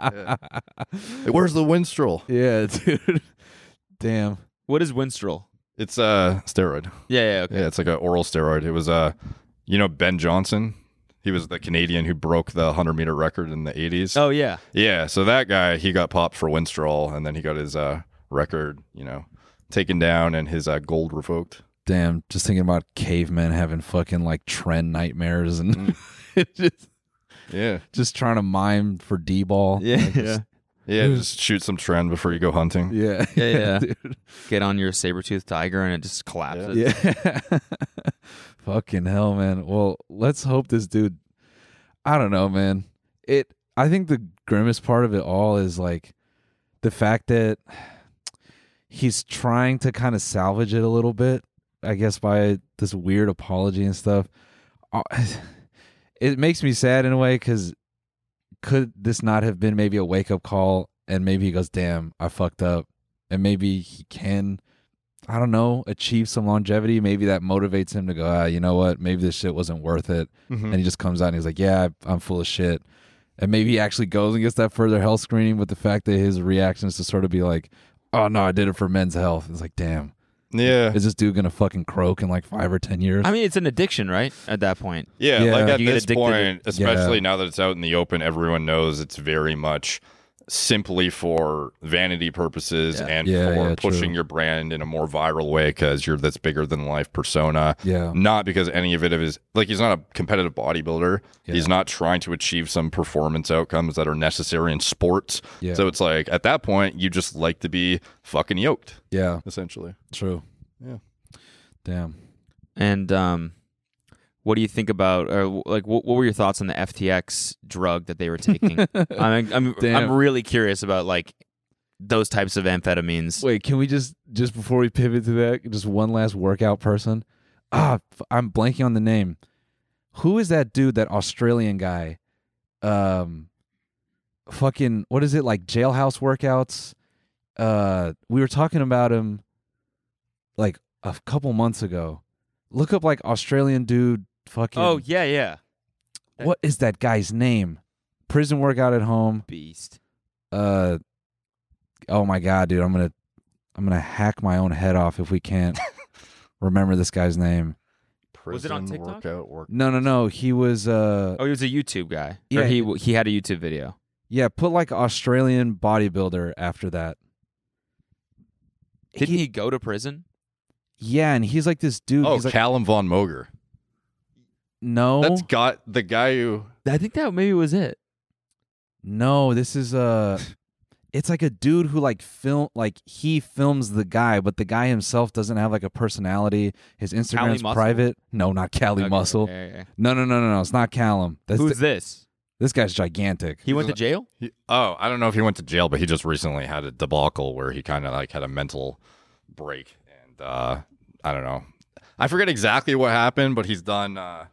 Where's the winstrel? Yeah, dude. Damn. what is winstrel It's a uh, steroid. yeah yeah okay Yeah, it's like an oral steroid. It was uh, you know Ben Johnson. He was the Canadian who broke the 100 meter record in the 80s. oh yeah Yeah, so that guy, he got popped for Winstrol and then he got his uh, record, you know, taken down and his uh, gold revoked. Damn. Just thinking about cavemen having fucking like trend nightmares and just Yeah. just trying to mime for D ball. yeah yeah Yeah, just shoot some trend before you go hunting. Yeah. yeah, yeah. dude. get on your saber-toothed tiger and it just collapses Yeah. Fucking hell, man. Well, let's hope this dude I don't know, man. It I think the grimmest part of it all is like the fact that he's trying to kind of salvage it a little bit, I guess by this weird apology and stuff. Uh, It makes me sad in a way cuz could this not have been maybe a wake-up call and maybe he goes, "Damn, I fucked up." And maybe he can I don't know, achieve some longevity. Maybe that motivates him to go, ah, you know what? Maybe this shit wasn't worth it. Mm-hmm. And he just comes out and he's like, yeah, I- I'm full of shit. And maybe he actually goes and gets that further health screening. But the fact that his reaction is to sort of be like, oh, no, I did it for men's health. It's like, damn, Yeah. is this dude going to fucking croak in like five or 10 years? i mean it's an addiction right at that point Yeah, Yeah. like at You get this addicted point, to- especially now that it's out in the open, everyone knows it's very much simply for vanity purposes and Yeah, for yeah, pushing true. your brand in a more viral way because you're this bigger than life persona. yeah. Not because any of it of his like he's not a competitive bodybuilder. He's not trying to achieve some performance outcomes that are necessary in sports. Yeah. So it's like at that point you just like to be fucking yoked, Yeah. essentially. True. Yeah. Damn. And um, what do you think about, or like, what, what were your thoughts on the FTX drug that they were taking? I'm, I'm, I'm Damn. really curious about like those types of amphetamines. Wait, can we just just before we pivot to that, just one last workout person? Ah, f- I'm blanking on the name. Who is that dude? That Australian guy? Um, fucking what is it like? Jailhouse workouts. Uh, we were talking about him like a f- couple months ago. Look up like Australian dude. Fucking Oh yeah, yeah, what is that guy's name? Prison workout at home beast. uh oh my god dude i'm gonna i'm gonna hack my own head off if we can't remember this guy's name Was it on Prison TikTok? Workout work. no no no he was uh Oh, he was a YouTube guy. Yeah. or he he had a YouTube video. yeah put like australian bodybuilder after that Didn't he, go to prison? yeah and he's like this dude Oh, he's like Callum von Moger. no Oh. That's got the guy who I think that maybe was it. no this is uh it's like a dude who like film like he films the guy but the guy himself doesn't have like a personality his instagram's Muscle? private no not cali Okay, muscle yeah, yeah, yeah. no no no no no it's not callum That's Who's the- this? this guy's gigantic He went to jail. He, oh, I don't know if he went to jail, but he just recently had a debacle where he kind of like had a mental break, and uh, I don't know. I forget exactly what happened, but he's done. Uh,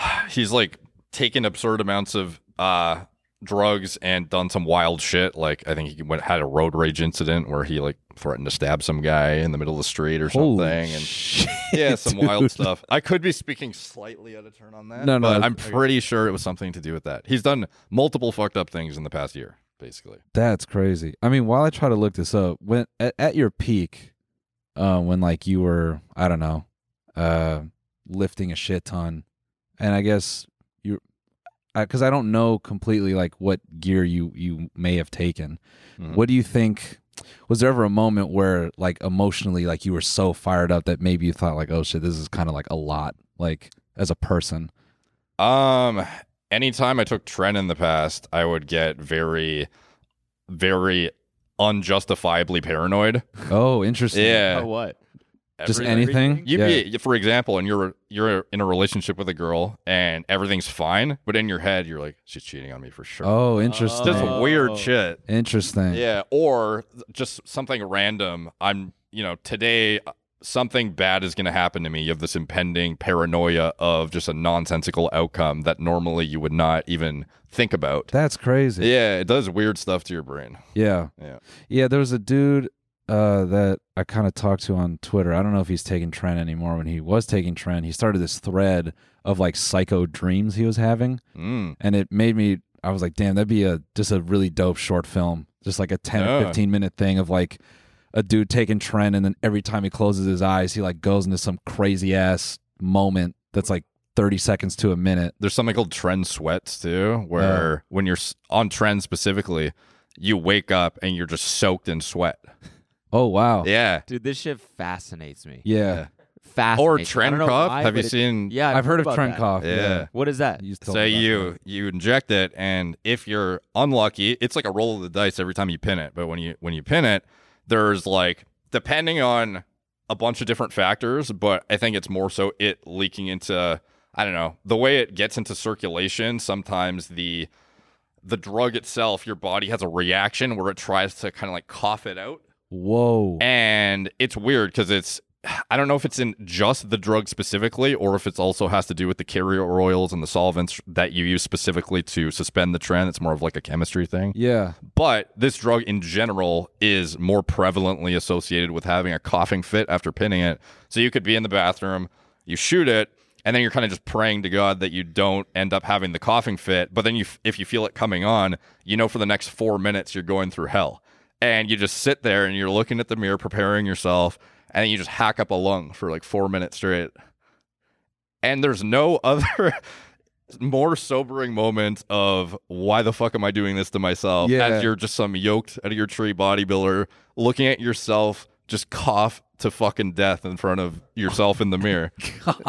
he's like taken absurd amounts of uh, drugs and done some wild shit. Like I think he went had a road rage incident where he like threatened to stab some guy in the middle of the street or Holy something, and shit, yeah, some wild dude. stuff. I could be speaking slightly out of turn on that. No, no, but that's- I'm pretty sure it was something to do with that. He's done multiple fucked up things in the past year, basically. That's crazy. I mean, while I try to look this up, when at, at your peak, uh, when like you were, I don't know, uh, lifting a shit ton, and I guess you, because I don't know completely like what gear you you may have taken. Mm-hmm. What do you think? Was there ever a moment where like emotionally, like you were so fired up that maybe you thought like, oh shit, this is kind of like a lot, like as a person. Um, anytime I took Tren in the past, I would get very, very unjustifiably paranoid. Oh, interesting. Yeah, Oh, what? just Every- anything. You yeah. be, for example, and you're you're in a relationship with a girl, and everything's fine, but in your head, you're like, she's cheating on me for sure. Oh, it's interesting. just Oh. weird shit. Interesting. Yeah, or just something random. I'm, you know, today uh, something bad is going to happen to me. You have this impending paranoia of just a nonsensical outcome that normally you would not even think about. That's crazy. Yeah, it does weird stuff to your brain. Yeah. Yeah. Yeah, there was a dude uh, that I kind of talked to on Twitter. I don't know if he's taking Trent anymore. When he was taking Trent, he started this thread of like psycho dreams he was having. Mm. And it made me, I was like, damn, that'd be a just a really dope short film. Just like a 10 or Yeah. 15 minute thing of like a dude taking Trent. And then every time he closes his eyes, he like goes into some crazy ass moment that's like 30 seconds to a minute. There's something called trend sweats too, where Oh. when you're s- on trend specifically, you wake up and you're just soaked in sweat. Oh, wow. Yeah. Dude, this shit fascinates me. Yeah. Fascinates. Or me. I trend don't know cough. why, have you but it- seen? Yeah, I've heard of about Trent that. cough. Yeah. What is that? You told Say me about you you inject it, and if you're unlucky, it's like a roll of the dice every time you pin it. But when you when you pin it, there's like depending on a bunch of different factors, but I think it's more so it leaking into I don't know the way it gets into circulation. Sometimes the the drug itself, your body has a reaction where it tries to kind of like cough it out. that. Whoa. And it's weird because it's, I don't know if it's in just the drug specifically or if it's also has to do with the carrier oils and the solvents that you use specifically to suspend the trend. It's more of like a chemistry thing. Yeah. But this drug in general is more prevalently associated with having a coughing fit after pinning it. So you could be in the bathroom, you shoot it, and then you're kind of just praying to God that you don't end up having the coughing fit. But then you, if you feel it coming on, you know for the next four minutes you're going through hell, and you just sit there and you're looking at the mirror, preparing yourself, and then you just hack up a lung for like four minutes straight. And there's no other. More sobering moment of why the fuck am I doing this to myself? Yeah. As you're just some yoked out of your tree bodybuilder looking at yourself just cough to fucking death in front of yourself in the mirror.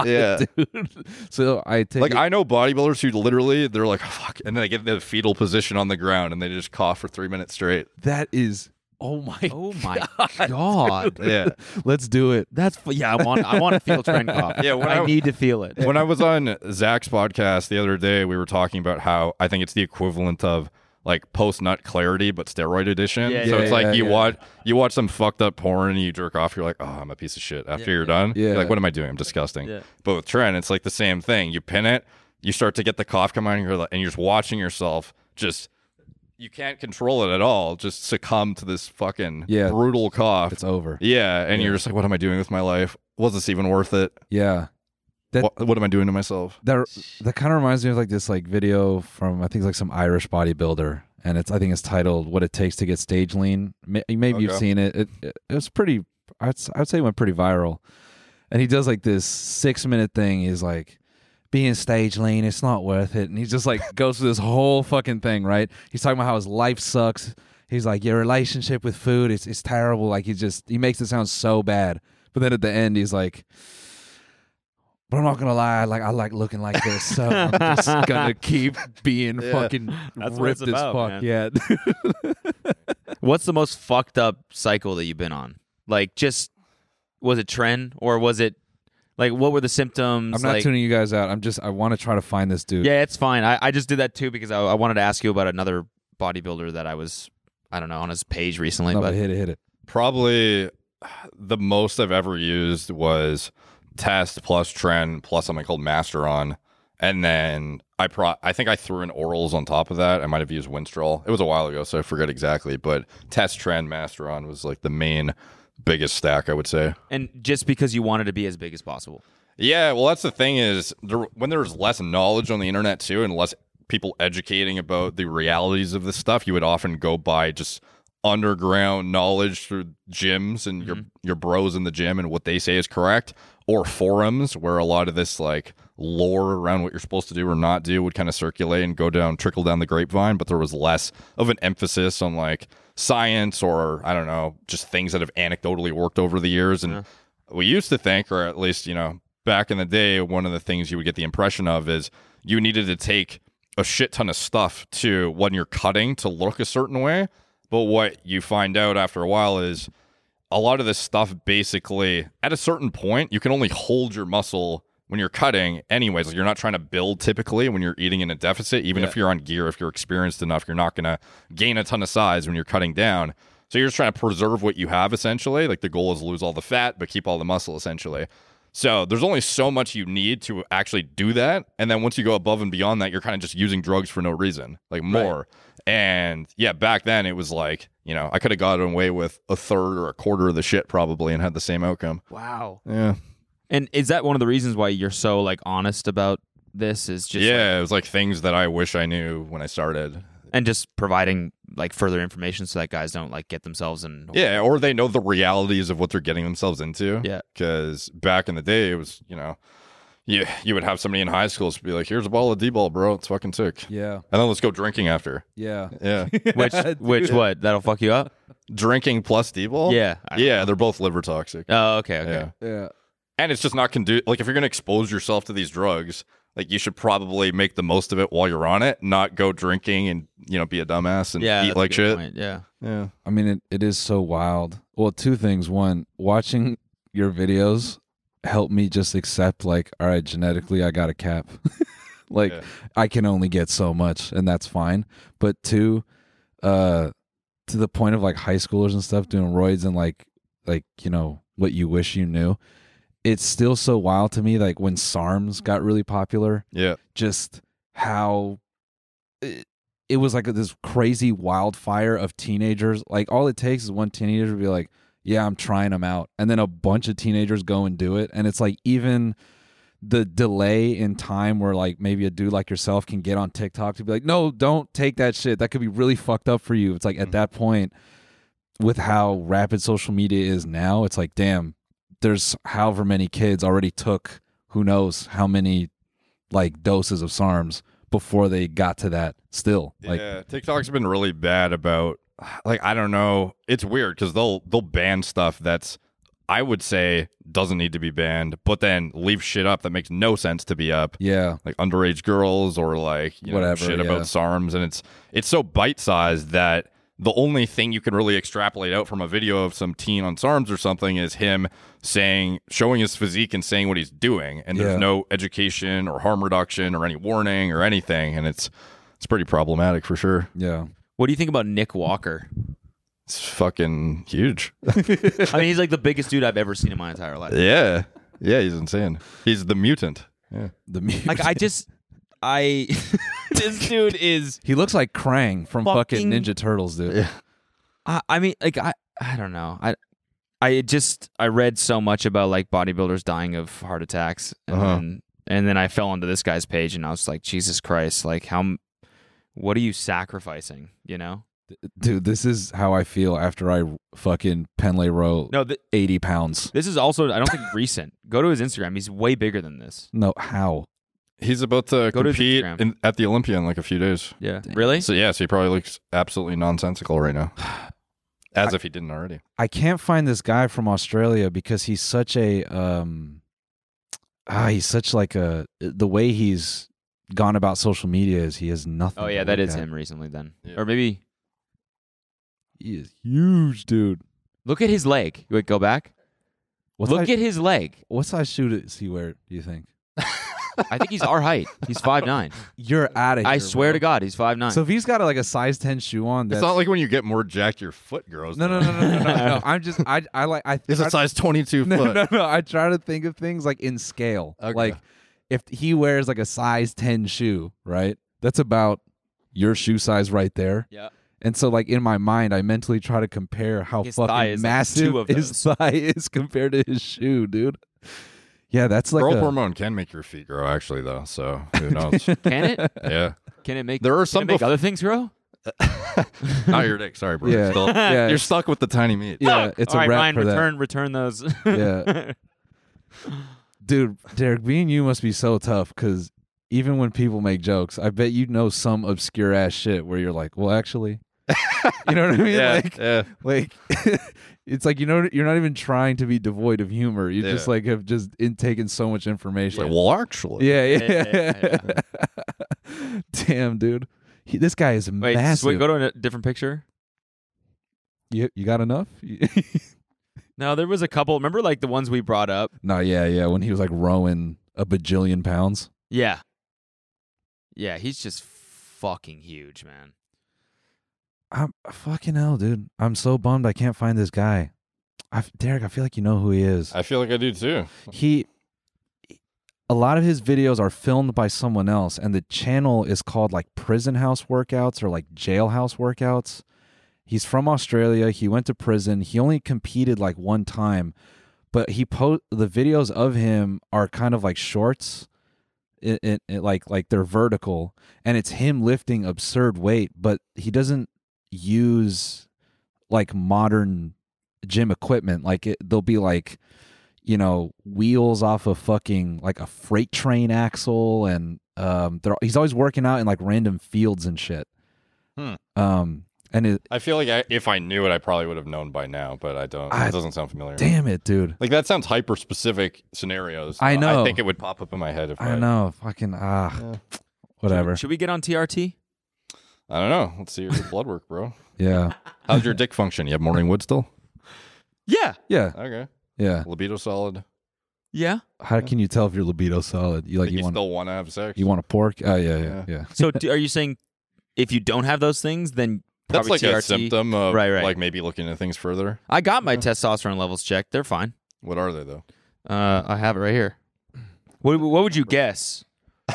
yeah. dude. So I take Like it- I know bodybuilders who literally they're like fuck and then they get in the fetal position on the ground and they just cough for 3 minutes straight. that is oh my Oh my god. Yeah. let's do it. That's fu- yeah. I want. I want to feel trend cough. Yeah, when I, I- need to feel it. when I was on Zach's podcast the other day, we were talking about how I think it's the equivalent of like post nut clarity, but steroid edition. Yeah, so yeah, it's yeah, like you yeah. watch you watch some fucked up porn and you jerk off. You're like, oh, I'm a piece of shit. After you're done, Yeah. you're like, what am I doing? I'm disgusting. Yeah. But with Trent, it's like the same thing. You pin it, you start to get the cough come out, and you're like, and you're just watching yourself just. You can't control it at all. Just succumb to this fucking Yeah. brutal cough. It's over. yeah, and you're just like, what am I doing with my life? Was this even worth it? Yeah. That- what, what am I doing to myself? That that kind of reminds me of like this like video from I think it's like some Irish bodybuilder and it's I think it's titled "What It Takes to Get Stage Lean." May- Maybe you've Okay. seen it. It, it. it was pretty. I'd, s- I'd say it went pretty viral. And he does like this six minute thing. He's like, being stage lean, it's not worth it. And he just like goes through this whole fucking thing, right? He's talking about how his life sucks. He's like, your relationship with food, it's it's terrible. Like he just he makes it sound so bad. But then at the end, he's like, but I'm not gonna lie, like I like looking like this, so I'm just gonna keep being fucking That's what ripped it's about, as fuck. Yeah, What's the most fucked up cycle that you've been on? Like, just was it trend or was it like what were the symptoms? I'm not like, tuning you guys out. I'm just I want to try to find this dude. Yeah, it's fine. I, I just did that too because I, I wanted to ask you about another bodybuilder that I was I don't know on his page recently, no, but but hit it, hit it. probably the most I've ever used was test plus trend plus something called Masteron. And then I pro I think I threw in orals on top of that. I might have used Winstrol. It was a while ago, so I forget exactly. But test trend Masteron was like the main biggest stack I would say. and just because you wanted to be as big as possible. Yeah, well, that's the thing is there, when there's less knowledge on the internet too, and less people educating about the realities of this stuff, you would often go by just underground knowledge through gyms and your your bros in the gym and what they say is correct, or forums where a lot of this like lore around what you're supposed to do or not do would kind of circulate and go down, trickle down the grapevine, but there was less of an emphasis on like science or I don't know, just things that have anecdotally worked over the years. And we used to think, or at least, you know, back in the day, one of the things you would get the impression of is you needed to take a shit ton of stuff to when you're cutting to look a certain way. But what you find out after a while is a lot of this stuff basically at a certain point you can only hold your muscle when you're cutting anyways like you're not trying to build typically when you're eating in a deficit even if you're on gear if you're experienced enough you're not going to gain a ton of size when you're cutting down so you're just trying to preserve what you have essentially like the goal is lose all the fat but keep all the muscle essentially so there's only so much you need to actually do that and then once you go above and beyond that you're kind of just using drugs for no reason like more and yeah, back then it was like, you know, I could have gotten away with a third or a quarter of the shit probably and had the same outcome. Wow. Yeah. And is that one of the reasons why you're so like honest about this? Is just like- yeah, it was like things that I wish I knew when I started. and just providing like further information so that guys don't like get themselves in. Yeah, or they know the realities of what they're getting themselves into. Yeah. Cause back in the day it was, you know, you you would have somebody in high school be like, Here's a ball of D ball, bro, it's fucking sick. Yeah. And then let's go drinking after. Yeah. Yeah. Which which what that'll fuck you up. drinking plus D ball? Yeah. Yeah, they're both liver toxic. Oh, okay, okay. Yeah. Yeah. and it's just not condu like if you're going to expose yourself to these drugs like you should probably make the most of it while you're on it not go drinking and you know be a dumbass and Yeah, that's eat a like good shit point, Yeah, yeah I mean, it, it is so wild. Well, two things. One, watching your videos helped me just accept, like, all right, genetically, I got a cap. like, Yeah. I can only get so much, and that's fine. But two, uh, to the point of like high schoolers and stuff doing roids and like, like you know what you wish you knew. It's still so wild to me. Like when SARMs got really popular, yeah just how it, it was like this crazy wildfire of teenagers. Like all it takes is one teenager to be like, "Yeah, I'm trying them out," and then a bunch of teenagers go and do it, and it's like even the delay in time where like maybe a dude like yourself can get on TikTok to be like, "No, don't take that shit. That could be really fucked up for you." It's like at that point with how rapid social media is now, it's like, "Damn, there's however many kids already took who knows how many like doses of SARMs before they got to that still. Like yeah tiktok's been really bad about like i don't know it's weird because they'll they'll ban stuff that's i would say doesn't need to be banned but then leave shit up that makes no sense to be up yeah. like underage girls or like you know, Whatever, shit yeah. about SARMs, and it's it's so bite sized that the only thing you can really extrapolate out from a video of some teen on SARMs or something is him saying, showing his physique and saying what he's doing, and Yeah. there's no education or harm reduction or any warning or anything, and it's it's pretty problematic for sure. Yeah. What do you think about Nick Walker? It's fucking huge. I mean, he's like the biggest dude I've ever seen in my entire life. yeah, yeah, he's insane. He's the mutant. Yeah, The music. Like I just, I this dude is. he looks like Krang from Fucking- fucking, Ninja Turtles, dude. Yeah. I, I mean, like I, I don't know. I, I just I read so much about like bodybuilders dying of heart attacks, and Uh-huh. then, and then I fell onto this guy's page, and I was like, Jesus Christ, like how, m- what are you sacrificing? You know? Dude, this is how I feel after I fucking Penlay row No, th- 80 pounds. this is also I don't think recent. Go to his Instagram. He's way bigger than this. No, how? he's about to Go to his compete Instagram. in, at the Olympia in like a few days. Yeah, really? So yeah, so he probably looks absolutely nonsensical right now. As if he didn't already. I can't find this guy from Australia because he's such a um ah he's such like a the way he's gone about social media is he has nothing. oh to yeah, that look is at. him recently. Then, Yeah. or maybe He is huge, dude. look at his leg. Wait, go back. What's look size, at his leg. what size shoe does he wear? Do you think? I think he's our height. He's five nine. You're out of. I swear to God, he's five nine. So if he's got like a size ten shoe on, that's it's not like when you get more jacked, your foot grows. no, no, no, no, no, no, no. I'm just I I like I. It's a I- size 22 foot. No, no, no. I try to think of things like in scale. Okay. Like if he wears like a size 10 shoe, right? That's about your shoe size right there. Yeah. And so like in my mind, I mentally try to compare how His thigh fucking is, like, massive two of his thigh is compared to his shoe, dude. Yeah, that's like Growth a- hormone can make your feet grow, actually, though. So who knows? can it? yeah. Can it make? There are can some it make bef- other things grow. Not your dick. Sorry, bro. Yeah. Still- Yeah. You're stuck with the tiny meat. yeah, it's All a right, wrap Ryan, for return return those. that. Yeah. dude, Derek, being you must be so tough because even when people make jokes, I bet you know some obscure ass shit where you're like, well, actually, you know what I mean? yeah, Like, yeah. like it's like you know you're not even trying to be devoid of humor. You Yeah. just like have just in, taken so much It's information. like, well, actually, yeah, yeah. Yeah, yeah, Damn, dude, he, this guy is Wait, massive. wait, go to a different picture. you, you got enough? No, there was a couple. Remember, like the ones we brought up. no, yeah, yeah. When he was like rowing a bajillion pounds. Yeah. Yeah, he's just fucking huge, man. I'm fucking hell, dude. I'm so bummed I can't find this guy. I, Derek, I feel like you know who he is. I feel like I do too. he a lot of his videos are filmed by someone else and the channel is called like prison house workouts or like jailhouse workouts he's from australia he went to prison he only competed like one time but he po- the videos of him are kind of like shorts it, it, it like like they're vertical and it's him lifting absurd weight but he doesn't use like modern gym equipment like it, they'll be like you know wheels off of fucking like a freight train axle and um they're, he's always working out in like random fields and shit Hmm. um and it I feel like I, if I knew it, I probably would have known by now, but I don't. I- it doesn't sound familiar. damn it dude Like that sounds hyper specific scenarios. I know. I think it would pop up in my head if I, i know fucking ah whatever Should we get on TRT? I don't know. Let's see your blood work, bro. yeah How's your dick function? You have morning wood still? Yeah. yeah Okay. yeah Libido solid. Yeah. how can you tell if your libido solid you like Think you, you want still want to have sex? you want a pork oh yeah yeah Yeah. yeah So do, are you saying if you don't have those things, then That's probably like TRT? a symptom of Right, right. like maybe looking into things further. I got my testosterone levels checked. They're fine. What are they though? Uh, I have it right here. What, what would you guess?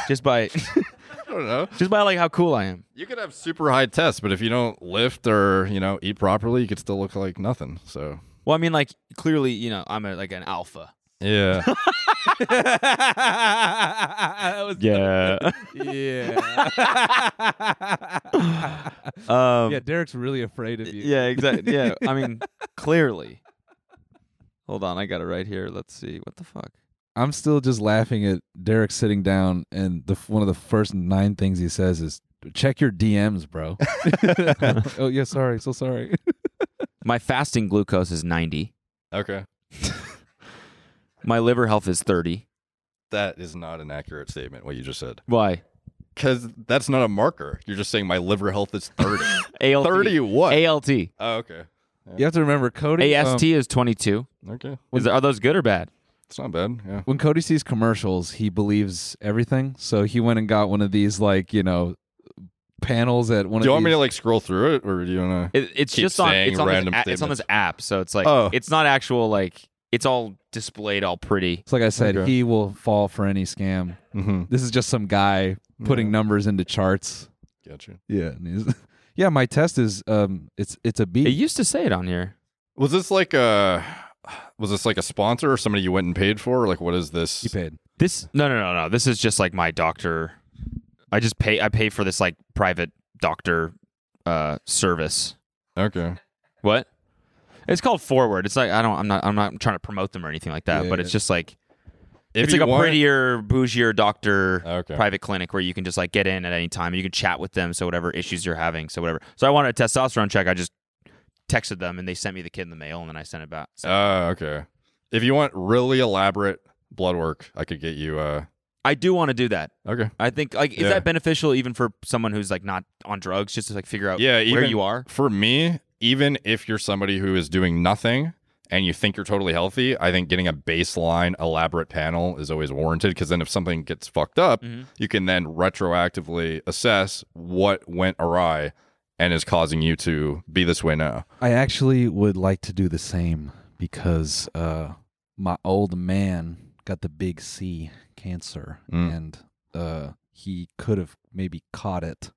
Just by I don't know. just by like how cool I am. You could have super high tests, but if you don't lift or you know eat properly, you could still look like nothing. So Well, I mean, like clearly, you know, I'm a, like an alpha. yeah, Yeah. yeah um, yeah derek's really afraid of you Yeah, exactly. Yeah, I mean, clearly. Hold on, I got it right here. Let's see. What the fuck? I'm still just laughing at Derek sitting down, and the one of the first nine things he says is, "Check your DMs, bro." oh yeah, sorry, so sorry. My fasting glucose is 90. okay. My liver health is 30. That is not an accurate statement. What you just said, Why? because that's not a marker. You're just saying my liver health is thirty. ALT. thirty what? ALT. oh, okay. You have to remember, Cody. um, AST is 22. Okay. Is, are those good or bad? It's not bad. Yeah. when Cody sees commercials, he believes everything. So he went and got one of these, like you know, panels at one Do you of want me these. to like scroll through it, or do you want to? It, it's Keep just on. saying It's on, this random a- it's on this app, so it's like Oh. it's not actual. Like it's all displayed, all pretty. It's like I said, Okay. he will fall for any scam. Mm-hmm. This is just some guy putting Yeah. numbers into charts. Gotcha. Yeah, and he's- yeah. My test is, um, it's it's a B. It used to say it on here. Was this like a? Was this like a sponsor or somebody you went and paid for? Or like, what is this? You paid. This no no no no. This is just like my doctor. I just pay. I pay for this like private doctor uh, service. Okay. What? It's called Forward. It's like I don't. I'm not. I'm not trying to promote them or anything like that. Yeah, but yeah. it's just like If it's like you a want- Oh, prettier, bougier doctor Okay. private clinic where you can just like get in at any time. You can chat with them. So whatever issues you're having. So whatever. So I wanted a testosterone check. I just texted them and they sent me the kit in the mail and then I sent it back. So Ah, okay. If you want really elaborate blood work, I could get you. Uh, I do want to do that. okay. I think like is Yeah. that beneficial even for someone who's like not on drugs, just to like figure out Yeah, where even- you are. For me, even if you're somebody who is doing nothing and you think you're totally healthy, I think getting a baseline elaborate panel is always warranted because then if something gets fucked up, Mhm. you can then retroactively assess what went awry and is causing you to be this way now. I actually would like to do the same because uh, my old man got the big C cancer, Mm. and uh, he could have maybe caught it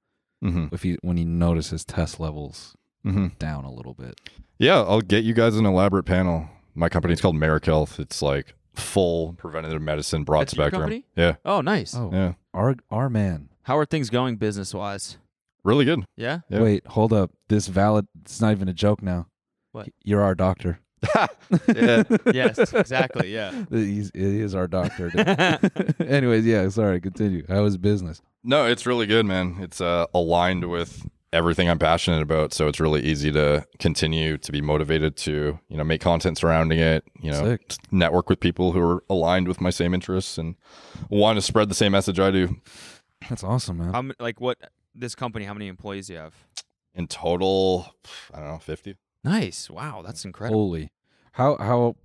Mm-hmm. if he when he noticed his test levels Mm-hmm. down a little bit. Yeah, I'll get you guys an elaborate panel. My company's called Merrick Health. It's like full preventative medicine, broad That's your spectrum. company? Yeah, Oh, nice. Oh, yeah, our our man. How are things going business wise? really good. Yeah. Yeah. Wait, hold up. This valid. It's not even a joke now. What? You're our doctor. Yeah. yes, exactly. Yeah. He's, it is our doctor. dude. Anyways, yeah, sorry, continue. How is business? No, it's really good, man. It's uh, aligned with everything I'm passionate about, so it's really easy to continue to be motivated to you know make content surrounding it. You know, Sick. t- network with people who are aligned with my same interests and want to spread the same message I do. That's awesome, man. Um, like what this company? How many employees do you have? In total, I don't know, fifty. Nice. Wow, that's incredible. Holy. How how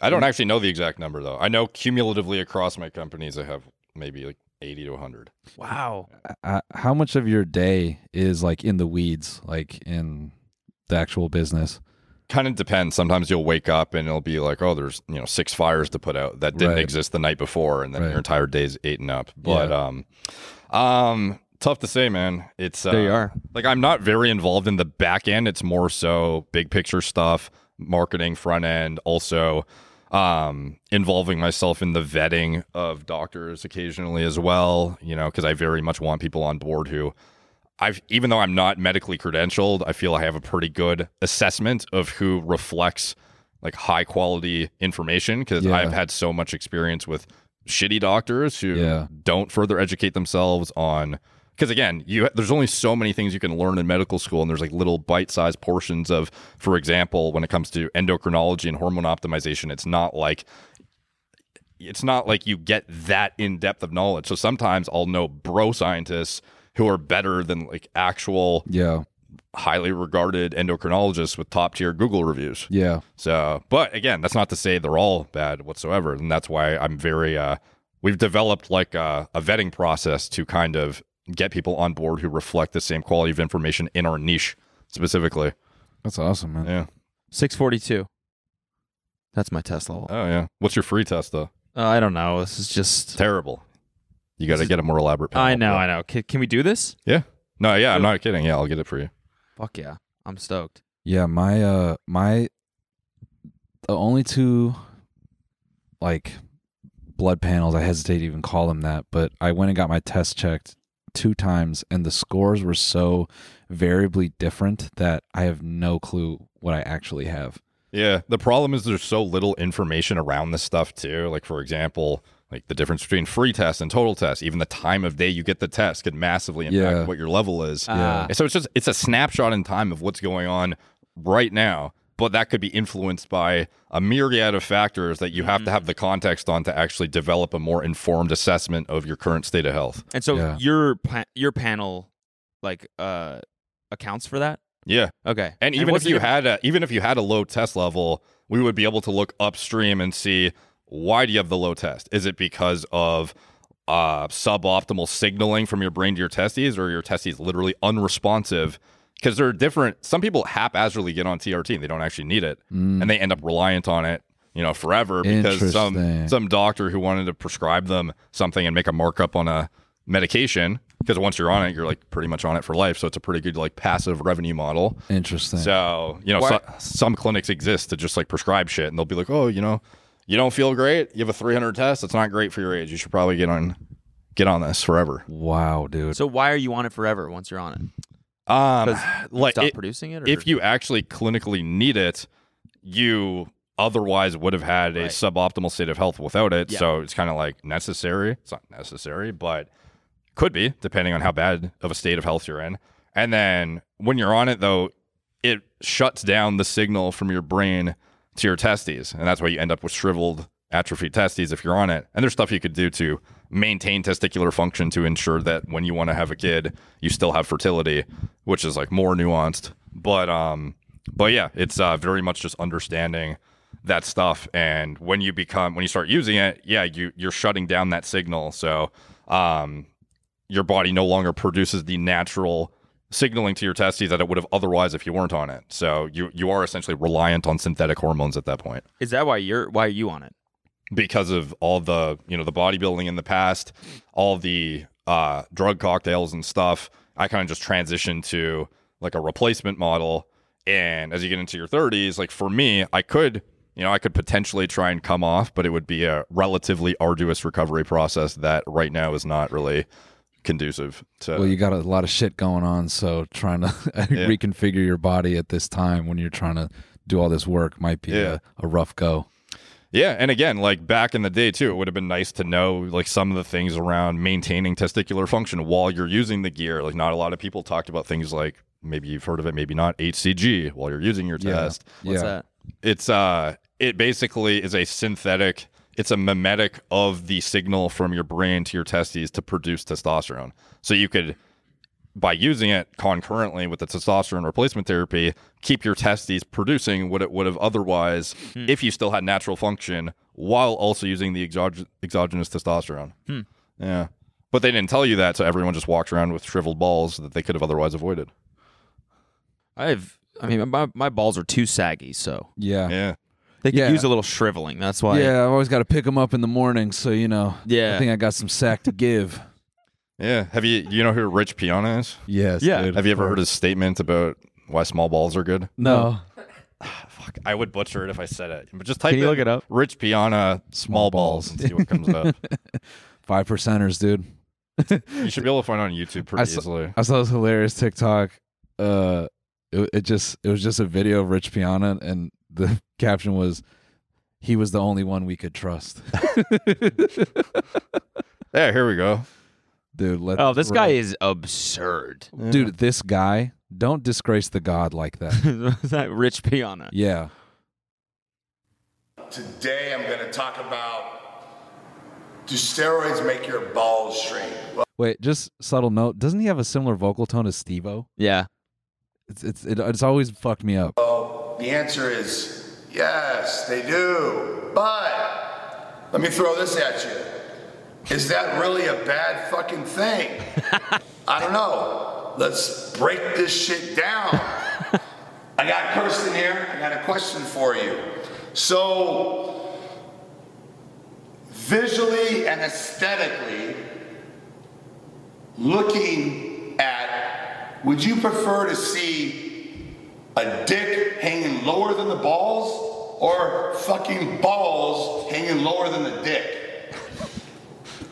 I Mm. don't actually know the exact number though. I know cumulatively across my companies, I have maybe like eighty to hundred. Wow. uh, how much of your day is like in the weeds, like in the actual business? kind of depends. Sometimes you'll wake up and it'll be like, oh, there's you know six fires to put out that didn't Right. exist the night before, and then Right. your entire day's eaten up. But um, um, tough to say, man. It's uh, There you are. Like I'm not very involved in the back end. It's more so big picture stuff, marketing front end, also um involving myself in the vetting of doctors occasionally as well you know because i very much want people on board who I've even though I'm not medically credentialed, I feel I have a pretty good assessment of who reflects like high quality information because Yeah. I've had so much experience with shitty doctors who Yeah. don't further educate themselves on because again you there's only so many things you can learn in medical school and there's like little bite-sized portions of for example when it comes to endocrinology and hormone optimization it's not like it's not like you get that in depth of knowledge. So sometimes I'll know bro scientists who are better than like actual Yeah. highly regarded endocrinologists with top tier Google reviews. Yeah. So, but again, that's not to say they're all bad whatsoever, and that's why I'm very. Uh, we've developed like uh, a, a vetting process to kind of get people on board who reflect the same quality of information in our niche specifically. That's awesome, man. Yeah. Six forty-two. That's my test level. Oh yeah. What's your free test though? Uh, I don't know. This is just. Terrible. You got to get a more elaborate. Panel, I know. but- I know. Can, can we do this? Yeah. No, yeah, I'm not kidding. Yeah, I'll get it for you. Fuck yeah. I'm stoked. Yeah, my uh my the only two like blood panels, I hesitate to even call them that, but I went and got my test checked two times and the scores were so variably different that I have no clue what I actually have. Yeah. The problem is there's so little information around this stuff too. Like for example, like the difference between free test and total test, even the time of day you get the test could massively impact Yeah. what your level is. Ah. And Uh, so it's just it's a snapshot in time of what's going on right now, but that could be influenced by a myriad of factors that you have to have the context on to actually develop a more informed assessment of your current state of health. And so Yeah. your pa- your panel, like, uh, accounts for that. Yeah. Okay. And even what's if the you diff- had a, even if you had a low test level, we would be able to look upstream and see why do you have the low test? Is it because of uh, suboptimal signaling from your brain to your testes, or your testes literally unresponsive? Because they're different. Some people haphazardly get on TRT and they don't actually need it, and they end up reliant on it, you know, forever because some Interesting. some doctor who wanted to prescribe them something and make a markup on a medication. Because once you're on it, you're like pretty much on it for life. So it's a pretty good like passive revenue model. Interesting. So you know, Why- so, some clinics exist to just like prescribe shit, and they'll be like, "Oh, you know, you don't feel great. You have a 300 test. It's not great for your age. You should probably get on, get on this forever." wow, dude. So why are you on it forever once you're on it? Um, 'Cause like Stop it- producing it. Or? if you actually clinically need it, you otherwise would have had a Right. suboptimal state of health without it. Yeah. So it's kind of like necessary. It's not necessary, but could be depending on how bad of a state of health you're in. And then when you're on it, though, it shuts down the signal from your brain to your testes. And that's why you end up with shriveled, atrophied testes if you're on it. And there's stuff you could do to maintain testicular function to ensure that when you want to have a kid, you still have fertility, which is like more nuanced. But um but yeah, it's uh, very much just understanding that stuff and when you become when you start using it, yeah, you you're shutting down that signal. So um your body no longer produces the natural signaling to your testes that it would have otherwise if you weren't on it. So you you are essentially reliant on synthetic hormones at that point is that why you're why are you on it? because of all the you know the bodybuilding in the past, all the uh, drug cocktails and stuff. I kind of just transitioned to like a replacement model. And as you get into your 30s, like for me, I could you know I could potentially try and come off, but it would be a relatively arduous recovery process that right now is not really conducive to. Well, you got a lot of shit going on, so trying to reconfigure your body at this time when you're trying to do all this work might be Yeah. a, a rough go. Yeah, and again, like back in the day too, it would have been nice to know like some of the things around maintaining testicular function while you're using the gear. Like not a lot of people talked about things like maybe you've heard of it, maybe not HCG while you're using your Yeah. test. What's yeah. that? It's uh it basically is a synthetic it's a mimetic of the signal from your brain to your testes to produce testosterone. So you could by using it concurrently with the testosterone replacement therapy, keep your testes producing what it would have otherwise if you still had natural function while also using the exog- exogenous testosterone. Yeah. But they didn't tell you that, so everyone just walked around with shriveled balls that they could have otherwise avoided. I've. I mean, my, my balls are too saggy, so Yeah. Yeah. Yeah. they could Yeah. use a little shriveling. That's why. I've always got to pick them up in the morning, so you know. Yeah. I think I got some sack to give. Yeah. Have you you know who Rich Piana is? yes. Yeah. dude, Have you of ever heard course. his statement about why small balls are good? No. Fuck, I would butcher it if I said it. But just type Can you in look it up? Rich Piana Small small balls balls. and see what comes up. Five percenters, dude. You should be able to find it on YouTube pretty I saw- easily. I saw this hilarious TikTok. Uh, it, it just it was just a video of Rich Piana, and the caption was, "He was the only one we could trust." Yeah, here we go. dude, let Oh, this guy is absurd. dude. This guy don't disgrace the god like that. that rich piana. yeah, Today I'm going to talk about do steroids make your balls shrink? Well, wait, just subtle note. Doesn't he have a similar vocal tone as Steve-O? Yeah. It's it's it, it's always fucked me up. the answer is yes, they do. But let me throw this at you. Is that really a bad fucking thing? I don't know. Let's break this shit down. I got Kirsten here. I got a question for you. So, visually and aesthetically, looking at, would you prefer to see a dick hanging lower than the balls or fucking balls hanging lower than the dick?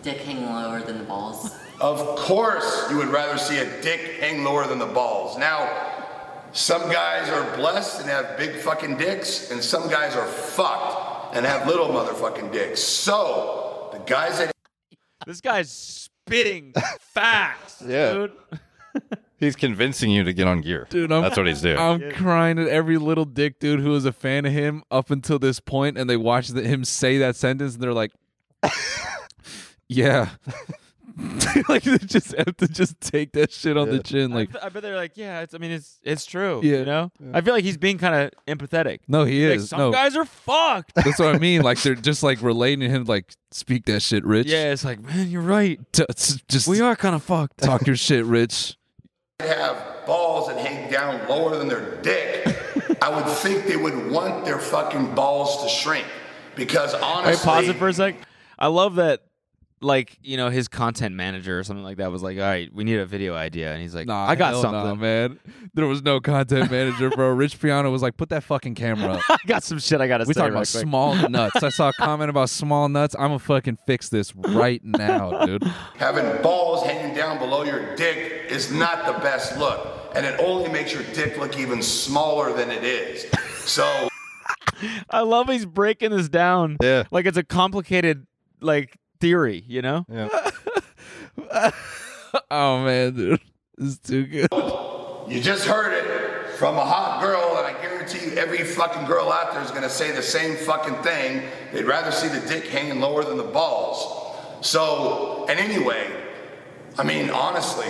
Dick hanging lower than the balls. Of course, you would rather see a dick hang lower than the balls. Now, some guys are blessed and have big fucking dicks, and some guys are fucked and have little motherfucking dicks. So, the guys that This guy's spitting facts, Yeah. dude. He's convincing you to get on gear. Dude, I'm- That's what he's doing. I'm crying at every little dick dude who was a fan of him up until this point, and they watched the, him say that sentence, and they're like, "Yeah." like they just have to just take that shit on the chin. Like, I bet they're like, yeah. It's, I mean, it's it's true. Yeah. You know. I feel like he's being kind of empathetic. no, he Like, is. some no, guys are fucked. that's what I mean. Like they're just like relating to him. Like, speak that shit, Rich. yeah. It's like, man, you're right. T- t- just We are kind of fucked. talk your shit, Rich. have balls that hang down lower than their dick, I would think they would want their fucking balls to shrink. Because Wait, honestly, pause it for a sec. I love that. Like you know, his content manager or something like that was like, "All right, we need a video idea," and he's like, Nah, "I got hell something. nah, man. There was no content manager, bro. Rich Piano was like, put that fucking camera up. I got some shit I gotta We say." talking real about quick. small nuts. I saw a comment about small nuts. I'm gonna fucking fix this right now, dude. having balls hanging down below your dick is not the best look. And it only makes your dick look even smaller than it is. So, I love he's breaking this down. Yeah. Like it's a complicated like theory, you know? Oh man, dude, this is too good. you just heard it from a hot girl, and I guarantee you every fucking girl out there is gonna say the same fucking thing. They'd rather see the dick hanging lower than the balls. So, and anyway, I mean, honestly,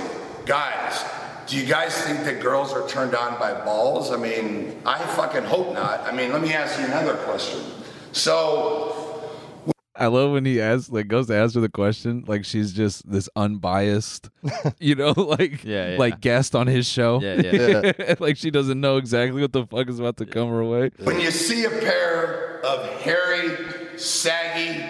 guys, do you guys think that girls are turned on by balls? I mean, I fucking hope not. I mean, let me ask you another question. So, I love when he asks, like, goes to answer the question, like she's just this unbiased, you know, like, Yeah, yeah. like guest on his show. Yeah, yeah. like she doesn't know exactly what the fuck is about to come her way. When you see a pair of hairy, saggy,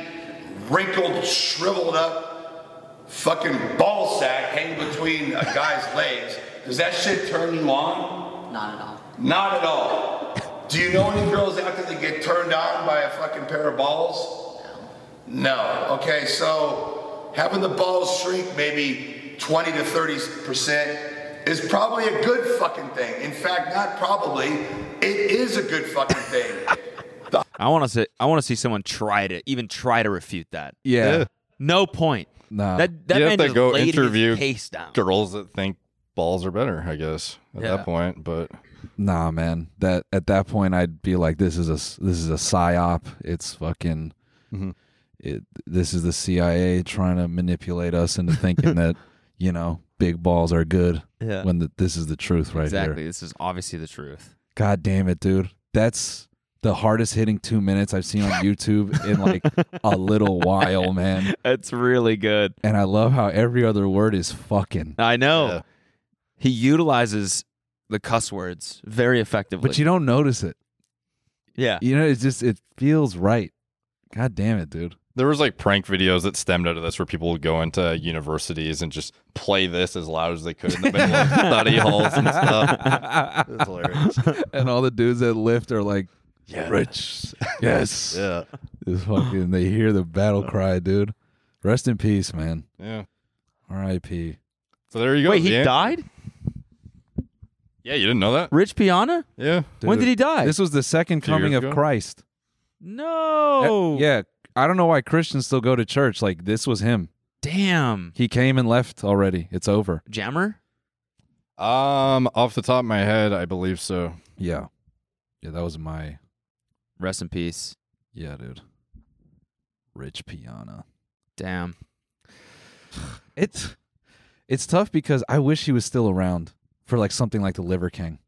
wrinkled, shriveled up fucking ball sack hang between a guy's legs, does that shit turn you on? Not at all. Not at all. Do you know any girls out there that get turned on by a fucking pair of balls? No. Okay, so having the balls shrink maybe 20 to 30 percent is probably a good fucking thing. In fact, not probably. It is a good fucking thing. I want to see. I want to see someone try to even try to refute that. Yeah. Yeah. No point. Nah. That that You have man to just go laid interview his case down. Girls that think balls are better, I guess, at Yeah. that point. But Nah, man. That at that point, I'd be like, "This is a this is a psyop. It's fucking. Mm-hmm. Mhm. It, this is the CIA trying to manipulate us into thinking that you know big balls are good. Yeah. When the, this is the truth right exactly. here. This is obviously the truth. God damn it, dude. That's the hardest hitting two minutes I've seen on YouTube in like a little while, man. That's really good. And I love how every other word is fucking. I know. Yeah. He utilizes the cuss words very effectively. But you don't notice it. yeah. You know, it's just it feels right. God damn it, dude. there was like prank videos that stemmed out of this where people would go into universities and just play this as loud as they could in the middle of study halls and stuff. It's hilarious. and all the dudes that lift are like Yeah. rich. Yes. Yeah. It's fucking they hear the battle cry, dude. Rest in peace, man. Yeah. R.I.P. So there you go. Wait, he the an- died? Yeah, you didn't know that? Rich Piana? Yeah. When Dude, did he die? This was the second Two years coming of ago? Oh. Christ. E, no. Yeah. I don't know why Christians still go to church. Like this was him. Damn. He came and left already. It's over. Jammer? Um, off the top of my head, I believe so. Yeah. Yeah, that was my Rest in peace. yeah, dude. Rich piana. Damn. It's it's tough because I wish he was still around for like something like the Liver King.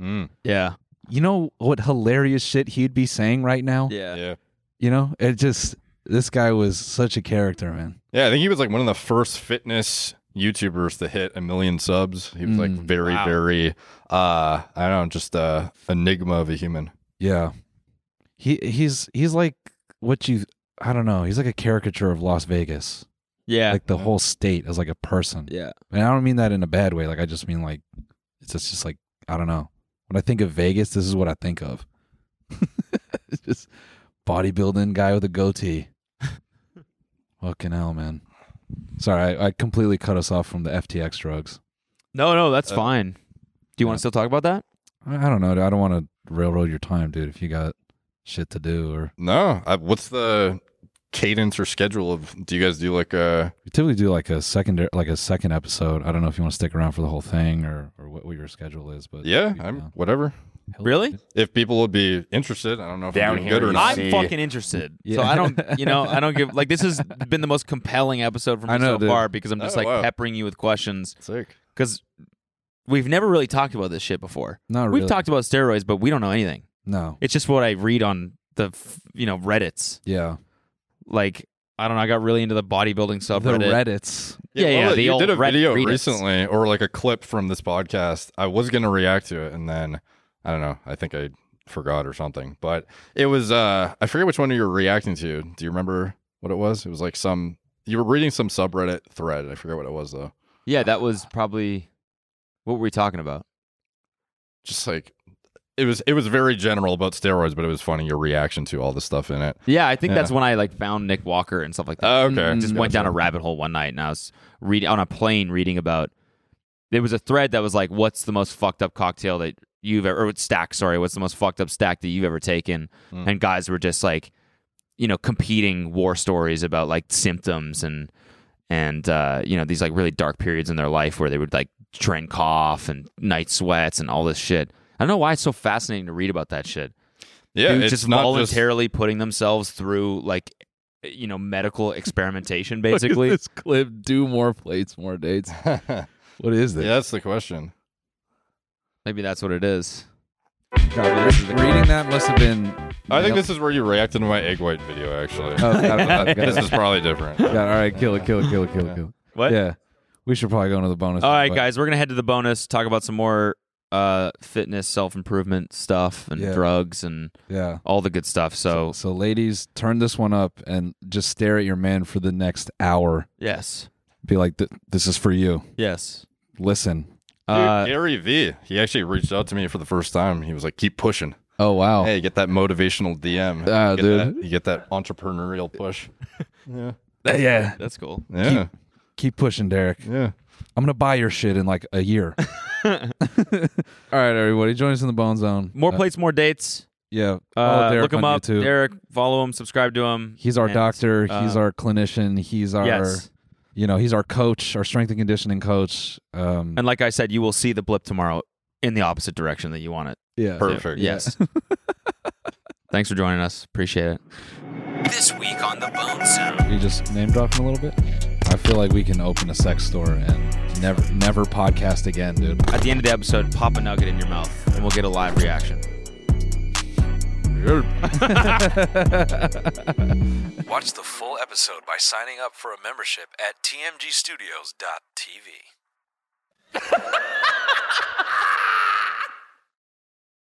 Mm. Yeah. You know what hilarious shit he'd be saying right now? Yeah. Yeah. You know, it just this guy was such a character, man. Yeah, I think he was like one of the first fitness YouTubers to hit a million subs. He was like Hmm. Mm, very, wow. very uh I don't know, just a enigma of a human. Yeah. He he's he's like what you I don't know, he's like a caricature of Las Vegas. Yeah. Like the whole state as like a person. yeah. And I don't mean that in a bad way. Like I just mean like it's just, just like I don't know. When I think of Vegas, this is what I think of. it's just bodybuilding guy with a goatee. Fucking hell, man. Sorry, I, I completely cut us off from the FTX drugs. No, no, that's Uh, fine. Do you want to still talk about that? I, I don't know. Dude. I don't want to railroad your time, dude. If you got shit to do, or No. I, what's the cadence or schedule of do you guys do like uh, a we typically do like a second, like a second episode. I don't know if you want to stick around for the whole thing or or what, what your schedule is, but yeah, you I'm know. whatever. Really? If people would be interested, I don't know if I'm Down doing here good or you not. see- I'm fucking interested. Yeah. So I don't, you know, I don't give like this has been the most compelling episode for me I know, so dude. far because I'm just Oh, like wow. peppering you with questions Sick. because we've never really talked about this shit before. Not We've really. talked about steroids, but we don't know anything. no, It's just what I read on the f- you know Reddit's. yeah, Like I don't know, I got really into the bodybuilding the subreddit. Reddits. Yeah, yeah, the you old did a Reddit video readits. recently or like a clip from this podcast. I was gonna react to it and then I don't know, I think I forgot or something. But it was uh I forget which one you were reacting to. Do you remember what it was? It was like some you were reading some subreddit thread. I forget what it was though. Yeah, that was probably what were we talking about? Just like it was it was very general about steroids, but it was funny your reaction to all the stuff in it. Yeah, I think Yeah. that's when I like found Nick Walker and stuff like that. Oh, okay. just went down a rabbit hole one night and I was reading on a plane reading about there was a thread that was like what's the most fucked up cocktail that you've ever or stack sorry what's the most fucked up stack that you've ever taken Mm. and guys were just like you know competing war stories about like symptoms and and uh, you know these like really dark periods in their life where they would like trend cough and night sweats and all this shit I don't know why it's so fascinating to read about that shit Yeah, dudes it's just not voluntarily putting themselves through like eh, you know medical experimentation basically this clip do more plates, more dates. Just, yeah, What is this? that's the question. maybe that's what it is Reading that must have been. I think this is where you reacted to my egg white video actually. Oh, got it, got it, got it. this is probably different. Got it. All right, kill it, kill it, kill it, kill it, kill it. what Yeah, we should probably go into the bonus. all right but- guys we're gonna head to the bonus talk about some more uh fitness self-improvement stuff and Yeah. drugs and Yeah. all the good stuff so So, ladies, turn this one up and just stare at your man for the next hour. yes Be like, "Th- "This is for you." yes Listen. Dude, uh Gary V. He actually reached out to me for the first time. He was like, "Keep pushing. Oh wow. Hey, get that motivational DM. Ah, you get dude. That, you get that entrepreneurial push. yeah. that's cool Yeah, Keep pushing, Derek. yeah. I'm gonna buy your shit in like a year. All right, everybody, join us in the Bone Zone. More Uh, plates, more dates. yeah. Follow Uh, Derek look him on up, YouTube. Derek. Follow him. Subscribe to him. He's our And, doctor. he's uh, our clinician. He's our, yes. you know, he's our coach, our strength and conditioning coach. Um, And like I said, you will see the blip tomorrow in the opposite direction that you want it. yeah. Perfect. Yes. Thanks for joining us. Appreciate it. This week on The Bone Zone. You just name dropping a little bit. I feel like we can open a sex store and never, never podcast again, dude. At the end of the episode, pop a nugget in your mouth, and we'll get a live reaction. Watch the full episode by signing up for a membership at tmgstudios.tv.